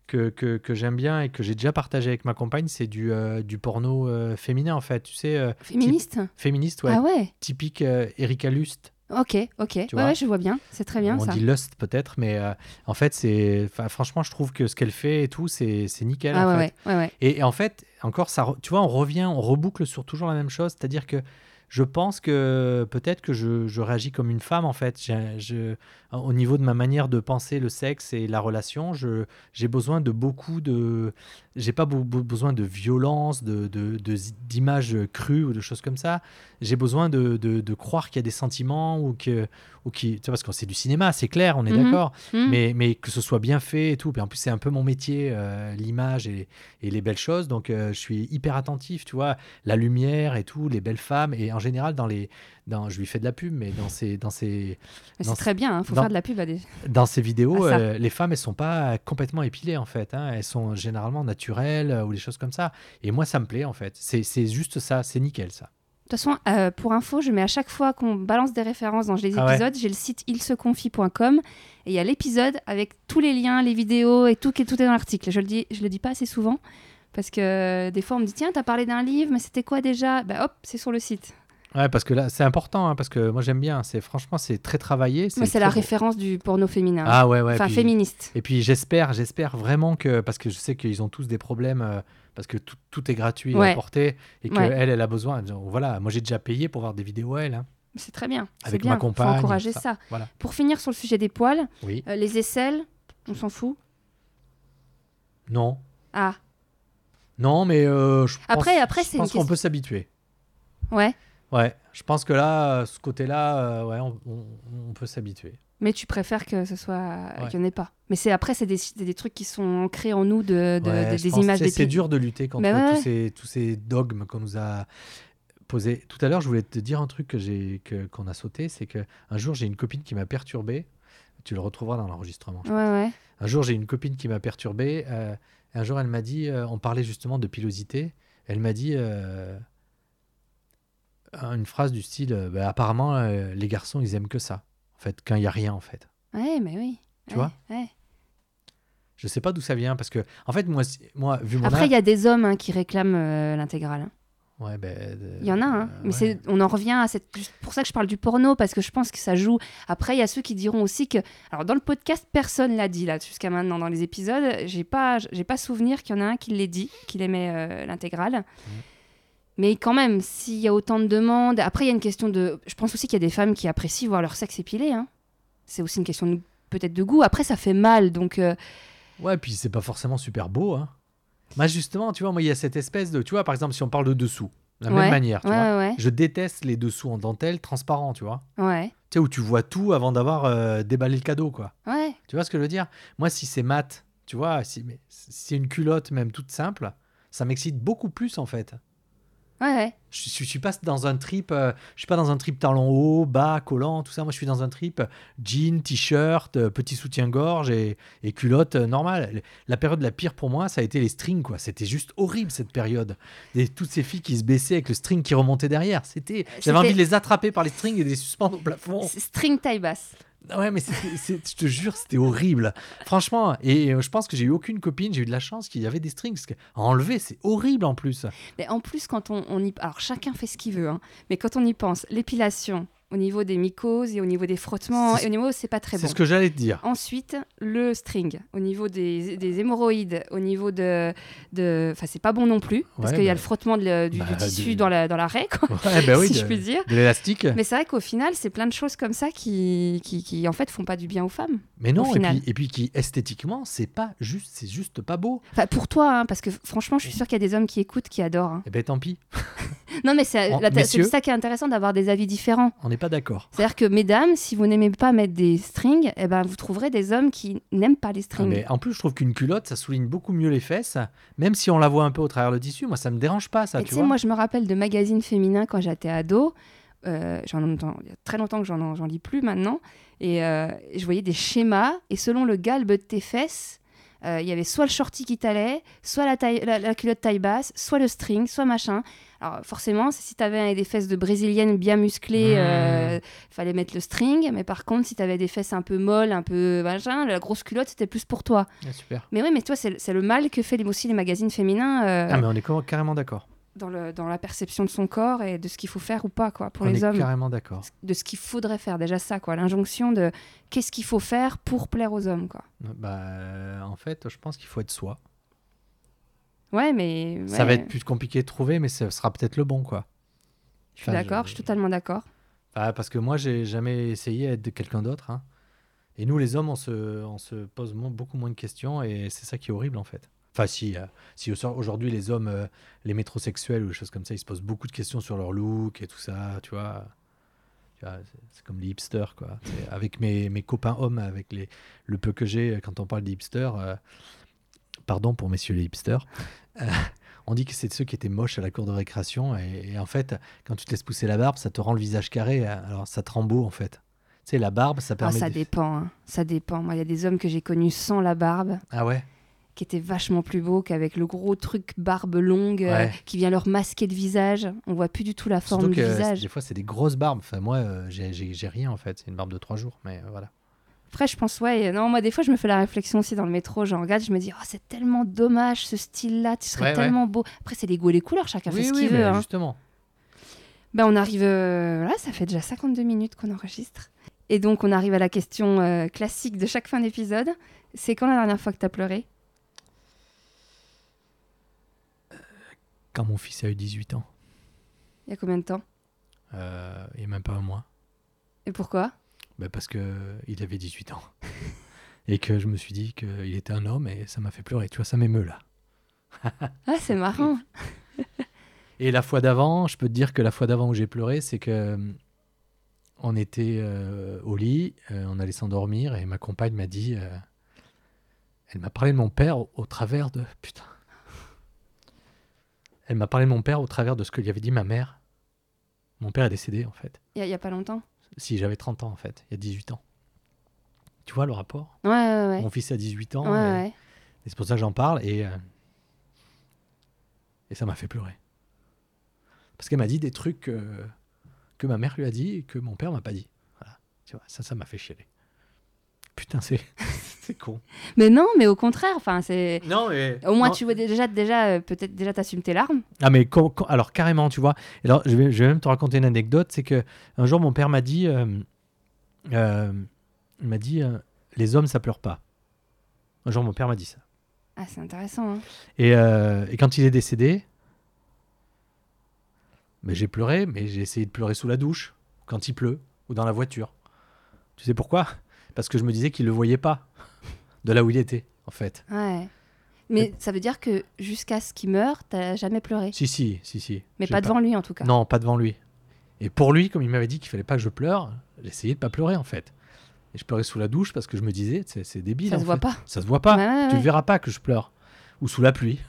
Speaker 2: que, que, que j'aime bien et que j'ai déjà partagé avec ma compagne, c'est du, euh, du porno euh, féminin en fait. Tu sais, euh,
Speaker 1: Féministe
Speaker 2: féministe, ouais.
Speaker 1: Ah ouais
Speaker 2: Typique euh, Erika Lust.
Speaker 1: Ok, ok. Ouais,
Speaker 2: vois
Speaker 1: ouais, je vois bien. C'est très bien
Speaker 2: on
Speaker 1: ça.
Speaker 2: dit lust peut-être, mais euh, en fait, c'est. enfin, Franchement, je trouve que ce qu'elle fait et tout, c'est c'est nickel.
Speaker 1: Ah
Speaker 2: en
Speaker 1: ouais,
Speaker 2: fait.
Speaker 1: ouais, ouais, ouais.
Speaker 2: Et, et en fait, encore, ça, re- tu vois, on revient, on reboucle sur toujours la même chose. C'est-à-dire que je pense que peut-être que je, je réagis comme une femme, en fait. J'ai- je- au niveau de ma manière de penser le sexe et la relation, je- j'ai besoin de beaucoup de. J'ai pas be- be- besoin de violence, d'images de, de, d'images crues ou de choses comme ça. J'ai besoin de, de- de croire qu'il y a des sentiments ou que. Ou qui, tu vois, parce que c'est du cinéma, c'est clair, on est
Speaker 1: Mhm.
Speaker 2: d'accord
Speaker 1: Hmm.
Speaker 2: mais, mais que ce soit bien fait et tout. Puis en plus, c'est un peu mon métier, euh, l'image et, et les belles choses. Donc, euh, je suis hyper attentif, tu vois, la lumière et tout, les belles femmes. Et en général, dans les, dans, je lui fais de la pub, mais dans ces, dans ces,
Speaker 1: Mais
Speaker 2: non,
Speaker 1: C'est très bien, il faut
Speaker 2: non.
Speaker 1: faire de la pub à des.
Speaker 2: dans ces vidéos,
Speaker 1: Ah, ça.
Speaker 2: euh, les femmes, elles sont pas complètement épilées en fait. hein. Elles sont généralement naturelles euh, ou des choses comme ça. Et moi, ça me plaît en fait. C'est c'est juste ça, c'est nickel ça.
Speaker 1: De toute façon, euh, pour info, je mets à chaque fois qu'on balance des références dans les épisodes,
Speaker 2: Ah ouais.
Speaker 1: j'ai le site ilseconfie.com et il y a l'épisode avec tous les liens, les vidéos et tout, qui- tout est dans l'article. Je le dis, je le dis pas assez souvent parce que euh, des fois on me dit tiens, t'as parlé d'un livre, mais c'était quoi déjà Bah hop, c'est sur le site.
Speaker 2: Ouais, parce que là, c'est important, hein, parce que moi, j'aime bien. C'est franchement, c'est très travaillé.
Speaker 1: Moi, c'est la
Speaker 2: très beau.
Speaker 1: référence du porno féminin,
Speaker 2: Ah ouais, ouais.
Speaker 1: enfin
Speaker 2: puis-
Speaker 1: féministe.
Speaker 2: Et puis j'espère, j'espère vraiment que, parce que je sais qu'ils ont tous des problèmes, euh, parce que tout, tout est gratuit
Speaker 1: Ouais.
Speaker 2: à porter, et qu'elle,
Speaker 1: Ouais.
Speaker 2: elle elle a besoin. Donc, Voilà, moi j'ai déjà payé pour voir des vidéos, elle. hein.
Speaker 1: C'est très bien. c'est
Speaker 2: Avec
Speaker 1: bien.
Speaker 2: ma compagne,
Speaker 1: Faut encourager
Speaker 2: ça.
Speaker 1: ça.
Speaker 2: Voilà.
Speaker 1: Pour finir sur le sujet des poils,
Speaker 2: Oui.
Speaker 1: euh, les aisselles, on s'en fout.
Speaker 2: Non.
Speaker 1: Ah
Speaker 2: Non, mais euh, je pense,
Speaker 1: Après- après,
Speaker 2: je
Speaker 1: c'est une
Speaker 2: pense qu'on
Speaker 1: question-
Speaker 2: peut s'habituer.
Speaker 1: ouais,
Speaker 2: Ouais, je pense que là, euh, ce côté-là, euh, ouais, on, on- on peut s'habituer.
Speaker 1: mais tu préfères que ce soit euh,
Speaker 2: Ouais.
Speaker 1: qu'il n'y en ait pas. Mais c'est après, c'est des, c'est des trucs qui sont ancrés en nous de, de-
Speaker 2: Ouais,
Speaker 1: de-
Speaker 2: je
Speaker 1: des
Speaker 2: pense,
Speaker 1: images.
Speaker 2: tu sais,
Speaker 1: des
Speaker 2: C'est dur de lutter contre
Speaker 1: Bah ouais,
Speaker 2: tous,
Speaker 1: ouais.
Speaker 2: ces, tous ces dogmes qu'on nous a posés. Tout à l'heure, je voulais te dire un truc que j'ai, que- qu'on a sauté, c'est que un jour, j'ai une copine qui m'a perturbé. Tu le retrouveras dans l'enregistrement. je
Speaker 1: Ouais, ouais.
Speaker 2: Un jour, j'ai une copine qui m'a perturbé. euh, un jour, elle m'a dit, euh, on parlait justement de pilosité. Elle m'a dit euh, un- une phrase du style, euh, Bah, apparemment, euh, les garçons, ils aiment que ça. En fait, quand il n'y a rien, en fait.
Speaker 1: Ouais, mais oui.
Speaker 2: Tu
Speaker 1: Ouais,
Speaker 2: vois
Speaker 1: ouais.
Speaker 2: Je sais pas d'où ça vient parce que, en fait, moi, si- moi vu mon
Speaker 1: Après,
Speaker 2: âge,
Speaker 1: il y a des hommes hein, qui réclament euh, l'intégrale. hein.
Speaker 2: Ouais, ben, euh,
Speaker 1: Il y en a, hein.
Speaker 2: euh,
Speaker 1: mais
Speaker 2: ouais.
Speaker 1: c'est, on en revient à cette. C'est pour ça que je parle du porno, parce que je pense que ça joue. Après, il y a ceux qui diront aussi que. Alors, dans le podcast, personne l'a dit, là, jusqu'à maintenant, dans les épisodes. J'ai pas, j'ai pas souvenir qu'il y en a un qui l'ait dit, qu'il aimait euh, l'intégrale. Mais quand même, s'il y a autant de demandes. Après, il y a une question de. Je pense aussi qu'il y a des femmes qui apprécient voir leur sexe épilé. hein. C'est aussi une question de- peut-être de goût. Après, ça fait mal, donc. euh,
Speaker 2: Ouais, puis c'est pas forcément super beau. Hein. Moi, justement, tu vois, moi, il y a cette espèce de, tu vois, par exemple, si on parle de dessous, de la
Speaker 1: Ouais,
Speaker 2: même manière, tu
Speaker 1: ouais,
Speaker 2: vois.
Speaker 1: ouais,
Speaker 2: Je déteste les dessous en dentelle transparent, tu vois.
Speaker 1: ouais, ouais.
Speaker 2: Tu sais, où tu vois tout avant d'avoir euh, déballé le cadeau, quoi.
Speaker 1: Ouais.
Speaker 2: Tu vois ce que je veux dire Moi, si c'est mat, tu vois, si, mais si c'est une culotte même toute simple, ça m'excite beaucoup plus en fait.
Speaker 1: Ouais, ouais.
Speaker 2: Je, suis- je suis pas dans un trip, euh, je suis pas dans un trip talon haut, bas, collant, tout ça. Moi, je suis dans un trip jean, t-shirt, euh, petit soutien-gorge et, et culotte euh, normale. La période la pire pour moi, ça a été les strings quoi. C'était juste horrible cette période. Et toutes ces filles qui se baissaient avec le string qui remontait derrière, c'était.
Speaker 1: C'était-
Speaker 2: J'avais envie de les attraper par les strings et de les suspendre au plafond.
Speaker 1: C'est String taille basse.
Speaker 2: Ah Ouais, mais c'était- c'est- je te jure, c'était horrible. Franchement, et euh, je pense que j'ai eu aucune copine, j'ai eu de la chance qu'il y avait des strings. Parce que à enlever, c'est horrible en plus.
Speaker 1: Mais en plus, quand on, on y... Alors, chacun fait ce qu'il veut, hein, mais quand on y pense, l'épilation, au niveau des mycoses et au niveau des frottements.
Speaker 2: C'est-
Speaker 1: Et au niveau, c'est pas très bon.
Speaker 2: C'est ce que j'allais te dire.
Speaker 1: Ensuite, le string, au niveau des, des hémorroïdes, au niveau de. de- Enfin, c'est pas bon non plus, parce
Speaker 2: Ouais,
Speaker 1: qu'il y
Speaker 2: bah-
Speaker 1: a le frottement de le- du, du
Speaker 2: bah,
Speaker 1: tissu
Speaker 2: du-
Speaker 1: dans la, dans la raie, quoi,
Speaker 2: Ouais, bah oui,
Speaker 1: si
Speaker 2: de,
Speaker 1: je puis dire.
Speaker 2: de l'élastique. Mais,
Speaker 1: Mais c'est vrai qu'au final, c'est plein de choses comme ça qui, qui, qui, en fait, font pas du bien aux femmes.
Speaker 2: non,
Speaker 1: au
Speaker 2: et
Speaker 1: final.
Speaker 2: puis, et puis qui esthétiquement, c'est pas juste, c'est juste pas beau.
Speaker 1: Enfin, pour toi, hein, parce que franchement, je suis sûre qu'il y a des hommes qui écoutent, qui adorent. hein.
Speaker 2: Eh ben tant pis,
Speaker 1: Non, mais c'est
Speaker 2: En-
Speaker 1: la- c'est
Speaker 2: messieurs
Speaker 1: ça qui est intéressant d'avoir des avis différents.
Speaker 2: on n'est pas d'accord.
Speaker 1: C'est-à-dire que, mesdames, si vous n'aimez pas mettre des strings, eh ben, vous trouverez des hommes qui n'aiment pas les
Speaker 2: Ah,
Speaker 1: strings.
Speaker 2: mais en plus, je trouve qu'une culotte, ça souligne beaucoup mieux les fesses, même si on la voit un peu au travers le tissu. Moi, ça me dérange pas, ça,
Speaker 1: Et
Speaker 2: tu
Speaker 1: tu sais,
Speaker 2: vois.
Speaker 1: moi, je me rappelle de magazines féminins quand j'étais ado. Euh, j'en entends, il y a très longtemps que j'en j'en lis plus maintenant. Et euh, je voyais des schémas. Et selon le galbe de tes fesses, euh, il y avait soit le shorty qui t'allait, soit la, taille- la- la culotte taille basse, soit le string, soit machin. Alors forcément, si tu avais des fesses de brésilienne bien musclées,
Speaker 2: Mmh.
Speaker 1: euh, fallait mettre le string. Mais par contre, si tu avais des fesses un peu molles, un peu machin, la grosse culotte, c'était plus pour toi.
Speaker 2: Ah, super.
Speaker 1: Mais oui, mais toi, c'est c'est le mal que fait les- aussi les magazines féminins. euh,
Speaker 2: Ah, mais on est quand- carrément d'accord.
Speaker 1: dans, le, dans la perception de son corps et de ce qu'il faut faire ou pas quoi pour
Speaker 2: On
Speaker 1: les
Speaker 2: est
Speaker 1: hommes
Speaker 2: carrément d'accord.
Speaker 1: de ce qu'il faudrait faire déjà ça quoi l'injonction de qu'est-ce qu'il faut faire pour plaire aux hommes quoi
Speaker 2: Bah, euh, en fait, je pense qu'il faut être soi.
Speaker 1: ouais mais
Speaker 2: Ça va
Speaker 1: ouais,
Speaker 2: être plus compliqué de trouver, mais ce sera peut-être le bon, quoi.
Speaker 1: je suis d'accord je... suis totalement d'accord
Speaker 2: Ah, parce que moi, j'ai jamais essayé d'être quelqu'un d'autre. hein. Et nous, les hommes, on se, on se pose mo- beaucoup moins de questions et c'est ça qui est horrible, en fait. Enfin, si, euh, si au sort- aujourd'hui, les hommes, euh, les métrosexuels ou des choses comme ça, ils se posent beaucoup de questions sur leur look et tout ça, tu vois. Tu vois, c'est- C'est comme les hipsters, quoi. C'est- Avec mes, mes copains hommes, avec les, le peu que j'ai, euh, quand on parle des hipsters, euh, pardon pour messieurs les hipsters, euh, on dit que c'est ceux qui étaient moches à la cour de récréation et- et en fait, quand tu te laisses pousser la barbe, ça te rend le visage carré. hein. Alors ça te rend beau en fait. Tu sais, la barbe, ça
Speaker 1: Ah,
Speaker 2: permet.
Speaker 1: ça
Speaker 2: de-
Speaker 1: dépend hein. ça dépend moi il y a des hommes que j'ai connus sans la barbe
Speaker 2: Ah ouais.
Speaker 1: qui étaient vachement plus beaux qu'avec le gros truc barbe longue euh,
Speaker 2: Ouais.
Speaker 1: qui vient leur masquer le visage on voit plus du tout la forme
Speaker 2: Surtout
Speaker 1: du
Speaker 2: que euh,
Speaker 1: visage
Speaker 2: des fois, c'est des grosses barbes. Enfin, moi, euh, j'ai- j'ai j'ai rien en fait. C'est une barbe de trois jours, mais euh, voilà.
Speaker 1: Après, je pense, ouais, euh, non, moi, des fois, je me fais la réflexion aussi dans le métro. Je regarde, je me dis, oh, c'est tellement dommage ce style-là, tu serais
Speaker 2: Ouais, ouais.
Speaker 1: tellement beau. Après, c'est les goûts et les couleurs, chacun fait ce qu'il veut.
Speaker 2: mais
Speaker 1: hein.
Speaker 2: justement.
Speaker 1: Ben, on arrive, euh, voilà, ça fait déjà 52 minutes qu'on enregistre. Et donc, on arrive à la question euh, classique de chaque fin d'épisode. C'est quand la dernière fois que t'as pleuré
Speaker 2: Quand mon fils a eu 18 ans,
Speaker 1: Il y a combien de temps
Speaker 2: euh, et même pas un mois,
Speaker 1: Et pourquoi
Speaker 2: bah, parce que il avait 18 ans. Et que je me suis dit qu'il était un homme et ça m'a fait pleurer. Tu vois, ça m'émeut là.
Speaker 1: Ah, c'est marrant.
Speaker 2: Et la fois d'avant, je peux te dire que la fois d'avant où j'ai pleuré, c'est que euh, on était euh, au lit, euh, on allait s'endormir et ma compagne m'a dit, euh, elle m'a parlé de mon père au, au travers de putain. Elle m'a parlé de mon père au travers de ce que lui avait dit ma mère. Mon père est décédé en fait.
Speaker 1: Il y, a- il y a pas longtemps
Speaker 2: Si j'avais 30 ans en fait, il y a 18 ans. Tu vois le rapport
Speaker 1: Ouais, ouais, ouais.
Speaker 2: Mon fils a 18
Speaker 1: Ouais,
Speaker 2: ans. et-
Speaker 1: ouais.
Speaker 2: et c'est pour ça que j'en parle et, euh, et ça m'a fait pleurer. Parce qu'elle m'a dit des trucs euh, que ma mère lui a dit et que mon père m'a pas dit. Voilà. Tu vois, ça, ça m'a fait chialer. Putain, c'est c'est con.
Speaker 1: Mais non, mais au contraire, enfin, c'est.
Speaker 2: Non, mais.
Speaker 1: Au moins, tu vois déjà, déjà euh, peut-être déjà t'assumes tes larmes.
Speaker 2: Ah, mais quand- quand- alors carrément, tu vois. Alors, je vais, je vais même te raconter une anecdote. C'est que un jour, mon père m'a dit euh, euh, il m'a dit, euh, les hommes, ça pleure pas. Un jour, mon père m'a dit ça.
Speaker 1: Ah, c'est intéressant. hein.
Speaker 2: Et, euh, et quand il est décédé, ben, j'ai pleuré, mais j'ai essayé de pleurer sous la douche, quand il pleut, ou dans la voiture. Tu sais pourquoi Parce que je me disais qu'il le voyait pas, de là où il était, en fait.
Speaker 1: Ouais. Mais ça veut dire que jusqu'à ce qu'il meure, t'as jamais pleuré.
Speaker 2: Si, si, si, si.
Speaker 1: Mais
Speaker 2: J'ai
Speaker 1: pas devant lui en tout cas.
Speaker 2: Non, pas devant lui. Et pour lui, comme il m'avait dit qu'il fallait pas que je pleure, j'essayais de pas pleurer, en fait. Et je pleurais sous la douche parce que je me disais, c'est c'est débile.
Speaker 1: ça
Speaker 2: en
Speaker 1: se voit
Speaker 2: fait.
Speaker 1: pas.
Speaker 2: Ça se voit pas.
Speaker 1: Ouais, ouais,
Speaker 2: Tu
Speaker 1: ouais.
Speaker 2: le verras pas que je pleure. Ou sous la pluie.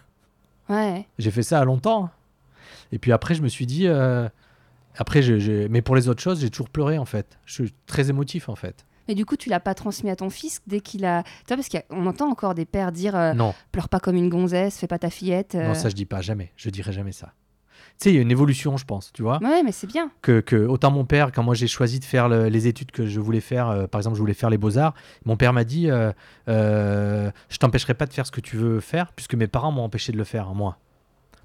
Speaker 1: Ouais.
Speaker 2: J'ai fait ça à longtemps. hein. Et puis après, je me suis dit. euh, Après, j'ai- j'ai- mais pour les autres choses, j'ai toujours pleuré en fait. Je suis très émotif en fait.
Speaker 1: Mais du coup, tu l'as pas transmis à ton fils dès qu'il a. Tu vois, parce qu'on entend encore des pères dire euh,
Speaker 2: Non,
Speaker 1: pleure pas comme une gonzesse, fais pas ta fillette. euh.
Speaker 2: Mm. non, ça je dis pas jamais. Je dirai jamais ça. Tu sais, il y a une évolution, je pense. Tu vois
Speaker 1: Ouais, mais c'est bien.
Speaker 2: que, que autant mon père, quand moi j'ai choisi de faire le- les études que je voulais faire, euh, par exemple, je voulais faire les beaux-arts, mon père m'a dit euh, euh, Je t'empêcherai pas de faire ce que tu veux faire, puisque mes parents m'ont empêché de le faire, moi.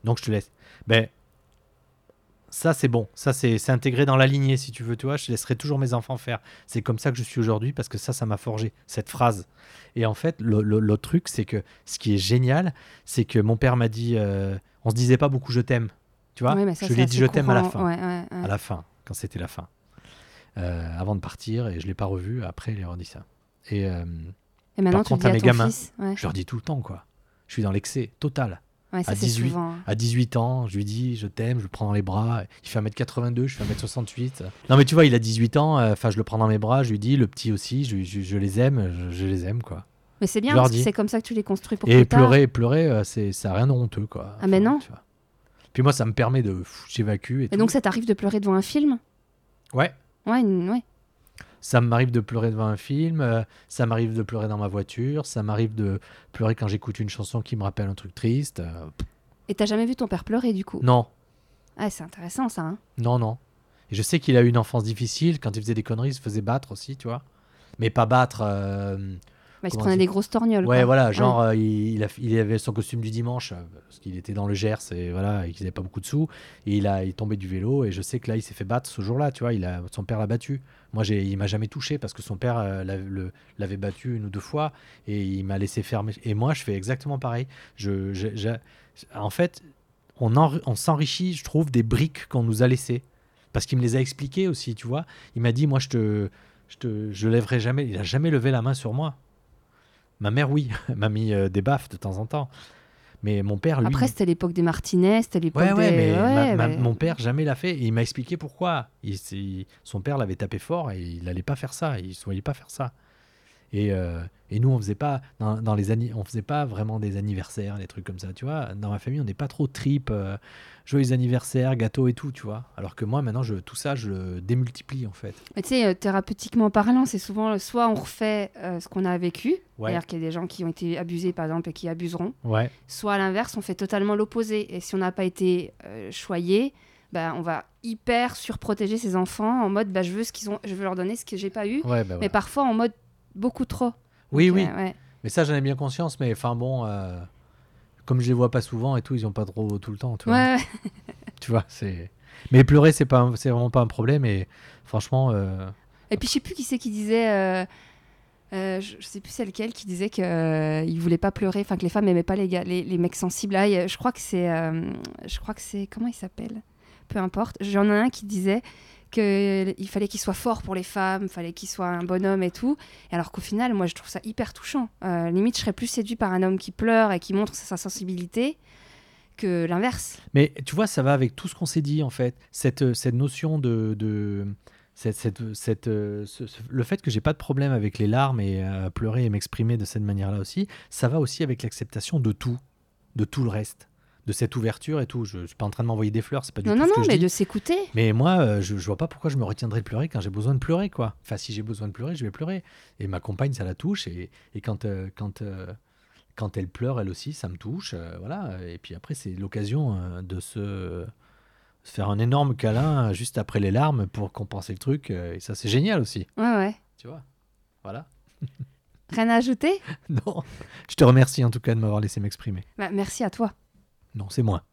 Speaker 2: Donc je te laisse. Ben, ça c'est bon, ça c'est c'est intégré dans la lignée si tu veux, tu vois, je laisserai toujours mes enfants faire. C'est comme ça que je suis aujourd'hui parce que ça, ça m'a forgé, cette phrase. Et en fait, le, le- l'autre truc, c'est que ce qui est génial, c'est que mon père m'a dit, euh, on se disait pas beaucoup je t'aime, tu vois,
Speaker 1: Ouais, mais ça,
Speaker 2: je
Speaker 1: c'est
Speaker 2: lui ai dit
Speaker 1: assez
Speaker 2: je t'aime à la
Speaker 1: courant.
Speaker 2: fin
Speaker 1: Ouais, ouais, ouais.
Speaker 2: à la fin, quand c'était la fin, Euh, avant de partir, et je l'ai pas revu. Après, il a redit ça. Et euh,
Speaker 1: Et maintenant,
Speaker 2: par
Speaker 1: tu
Speaker 2: contre,
Speaker 1: le
Speaker 2: à
Speaker 1: dis
Speaker 2: mes
Speaker 1: à ton
Speaker 2: gamins,
Speaker 1: fils. Ouais.
Speaker 2: je leur dis tout le temps, quoi. Je suis dans l'excès total.
Speaker 1: Ouais, ça,
Speaker 2: à
Speaker 1: c'est
Speaker 2: 18.
Speaker 1: souvent. hein.
Speaker 2: À 18 ans, je lui dis, je t'aime, je le prends dans les bras. Il fait 1m82, je fais 1m68. Non, mais tu vois, il a 18 ans, euh, enfin, je le prends dans mes bras, je lui dis, le petit aussi, je, je- je les aime, je, je les aime, quoi.
Speaker 1: Mais c'est bien
Speaker 2: Je leur
Speaker 1: parce que
Speaker 2: dis.
Speaker 1: c'est comme ça que tu les construis pour
Speaker 2: et
Speaker 1: plus tard.
Speaker 2: pleurer, pleurer, euh, c'est, ça n'a rien de honteux, quoi.
Speaker 1: Ah, mais non.
Speaker 2: tu vois. Puis moi, ça me permet de. pff, J'évacue. Et,
Speaker 1: Et
Speaker 2: tout.
Speaker 1: donc, ça t'arrive de pleurer devant un film
Speaker 2: Ouais.
Speaker 1: Ouais, une- ouais.
Speaker 2: Ça m'arrive de pleurer devant un film, euh, ça m'arrive de pleurer dans ma voiture, ça m'arrive de pleurer quand j'écoute une chanson qui me rappelle un truc triste. euh, pff,
Speaker 1: Et t'as jamais vu ton père pleurer du coup
Speaker 2: non,
Speaker 1: Ah, c'est intéressant ça. hein.
Speaker 2: non, non. Et je sais qu'il a eu une enfance difficile, quand il faisait des conneries, il se faisait battre aussi, tu vois. Mais pas battre. euh,
Speaker 1: Bah, il se
Speaker 2: Comment
Speaker 1: prenait
Speaker 2: dire
Speaker 1: des grosses torgnoles.
Speaker 2: Ouais,
Speaker 1: quoi.
Speaker 2: voilà, genre euh, il, il a- il avait son costume du dimanche euh, parce qu'il était dans le Gers et voilà, et qu'ils n'avaient pas beaucoup de sous. Et il a il est tombé du vélo et je sais que là il s'est fait battre ce jour-là, tu vois, il a son père l'a battu. Moi, j'ai, il m'a jamais touché parce que son père euh, l'a- le- l'avait battu une ou deux fois et il m'a laissé fermer. Et moi, je fais exactement pareil. Je, je- je- en fait, on, enri- on s'enrichit, je trouve, des briques qu'on nous a laissées parce qu'il me les a expliquées aussi, tu vois. Il m'a dit, moi, je te, je te, je lèverai jamais. Il a jamais levé la main sur moi. Ma mère, oui, m'a mis euh, des baffes de temps en temps. Mais mon père, lui.
Speaker 1: Après, c'était l'époque des Martinez, c'était l'époque
Speaker 2: Ouais, ouais,
Speaker 1: des.
Speaker 2: mais ma- ma-
Speaker 1: ouais.
Speaker 2: mon père jamais l'a fait. Et il m'a expliqué pourquoi. Il, s'est- son père l'avait tapé fort et il n'allait pas faire ça. Il ne voyait pas faire ça. Et, euh, et nous, on faisait pas dans, dans les anni- on faisait pas vraiment des anniversaires, des trucs comme ça. Tu vois, dans ma famille, on n'est pas trop trip, euh, joyeux anniversaire, gâteau et tout. Tu vois. Alors que moi, maintenant, je, tout ça, je le démultiplie en fait.
Speaker 1: Mais tu sais, euh, thérapeutiquement parlant, c'est souvent euh, soit on refait euh, ce qu'on a vécu,
Speaker 2: Ouais.
Speaker 1: c'est-à-dire qu'il y a des gens qui ont été abusés par exemple et qui abuseront,
Speaker 2: Ouais.
Speaker 1: soit à l'inverse, on fait totalement l'opposé. Et si on n'a pas été euh, choyé, bah, on va hyper surprotéger ses enfants en mode bah, je, veux ce qu'ils ont, je veux leur donner ce que j'ai pas eu,
Speaker 2: Ouais. bah
Speaker 1: mais
Speaker 2: voilà.
Speaker 1: parfois en mode beaucoup trop.
Speaker 2: Oui,
Speaker 1: Donc,
Speaker 2: oui.
Speaker 1: euh, ouais.
Speaker 2: Mais ça, j'en ai bien conscience, mais enfin bon, euh, comme je les vois pas souvent et tout, ils ont pas trop tout le temps, tu vois.
Speaker 1: Ouais, ouais.
Speaker 2: Tu vois, c'est. Mais pleurer, c'est pas, un- c'est vraiment pas un problème. Et franchement, euh,
Speaker 1: Et puis je sais plus qui c'est qui disait, euh, euh, je, je sais plus c'est lequel qui disait que euh, il voulait pas pleurer, enfin que les femmes aimaient pas les, gars, les, les mecs sensibles. Ah, il y a- je crois que c'est, euh, je crois que c'est comment il s'appelle, peu importe. J'en ai un qui disait que euh, il fallait qu'il soit fort pour les femmes, fallait qu'il soit un bonhomme et tout. Et alors qu'au final, moi je trouve ça hyper touchant. Euh, limite, je serais plus séduit par un homme qui pleure et qui montre sa sensibilité que l'inverse.
Speaker 2: mais tu vois, ça va avec tout ce qu'on s'est dit en fait. Cette, euh, cette notion de, de cette, cette, cette, euh, ce- ce- le fait que j'ai pas de problème avec les larmes et euh, pleurer et m'exprimer de cette manière-là aussi, ça va aussi avec l'acceptation de tout, de tout le reste, de cette ouverture et tout. Je, je suis pas en train de m'envoyer des fleurs, c'est pas du
Speaker 1: Non,
Speaker 2: tout
Speaker 1: non,
Speaker 2: ce
Speaker 1: non,
Speaker 2: que je
Speaker 1: mais
Speaker 2: dis.
Speaker 1: de s'écouter.
Speaker 2: Mais moi, euh, je, je vois pas pourquoi je me retiendrais de pleurer quand j'ai besoin de pleurer, quoi. Enfin, si j'ai besoin de pleurer, je vais pleurer. Et ma compagne, ça la touche. Et, et quand, euh, quand, euh, quand elle pleure, elle aussi, ça me touche. euh, voilà. Et puis après, c'est l'occasion euh, de se se faire un énorme câlin euh, juste après les larmes pour compenser le truc. euh, et ça, c'est génial aussi.
Speaker 1: Ouais, ouais.
Speaker 2: Tu vois Voilà.
Speaker 1: Rien à ajouter
Speaker 2: Non. Je te remercie en tout cas de m'avoir laissé m'exprimer.
Speaker 1: Bah, Merci à toi.
Speaker 2: Non, c'est moi.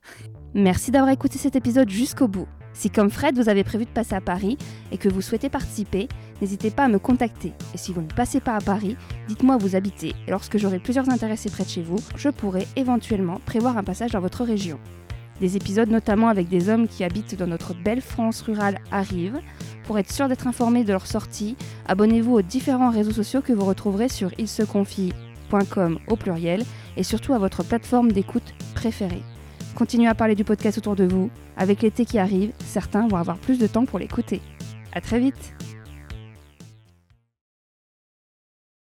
Speaker 1: Merci d'avoir écouté cet épisode jusqu'au bout. Si comme Fred, vous avez prévu de passer à Paris et que vous souhaitez participer, n'hésitez pas à me contacter. Et si vous ne passez pas à Paris, dites-moi où vous habitez. Et lorsque j'aurai plusieurs intéressés près de chez vous, je pourrai éventuellement prévoir un passage dans votre région. Des épisodes notamment avec des hommes qui habitent dans notre belle France rurale arrivent. Pour être sûr d'être informé de leur sortie, abonnez-vous aux différents réseaux sociaux que vous retrouverez sur ilseconfie.com au pluriel et surtout à votre plateforme d'écoute préférée. Continuez à parler du podcast autour de vous. Avec l'été qui arrive, certains vont avoir plus de temps pour l'écouter. À très vite!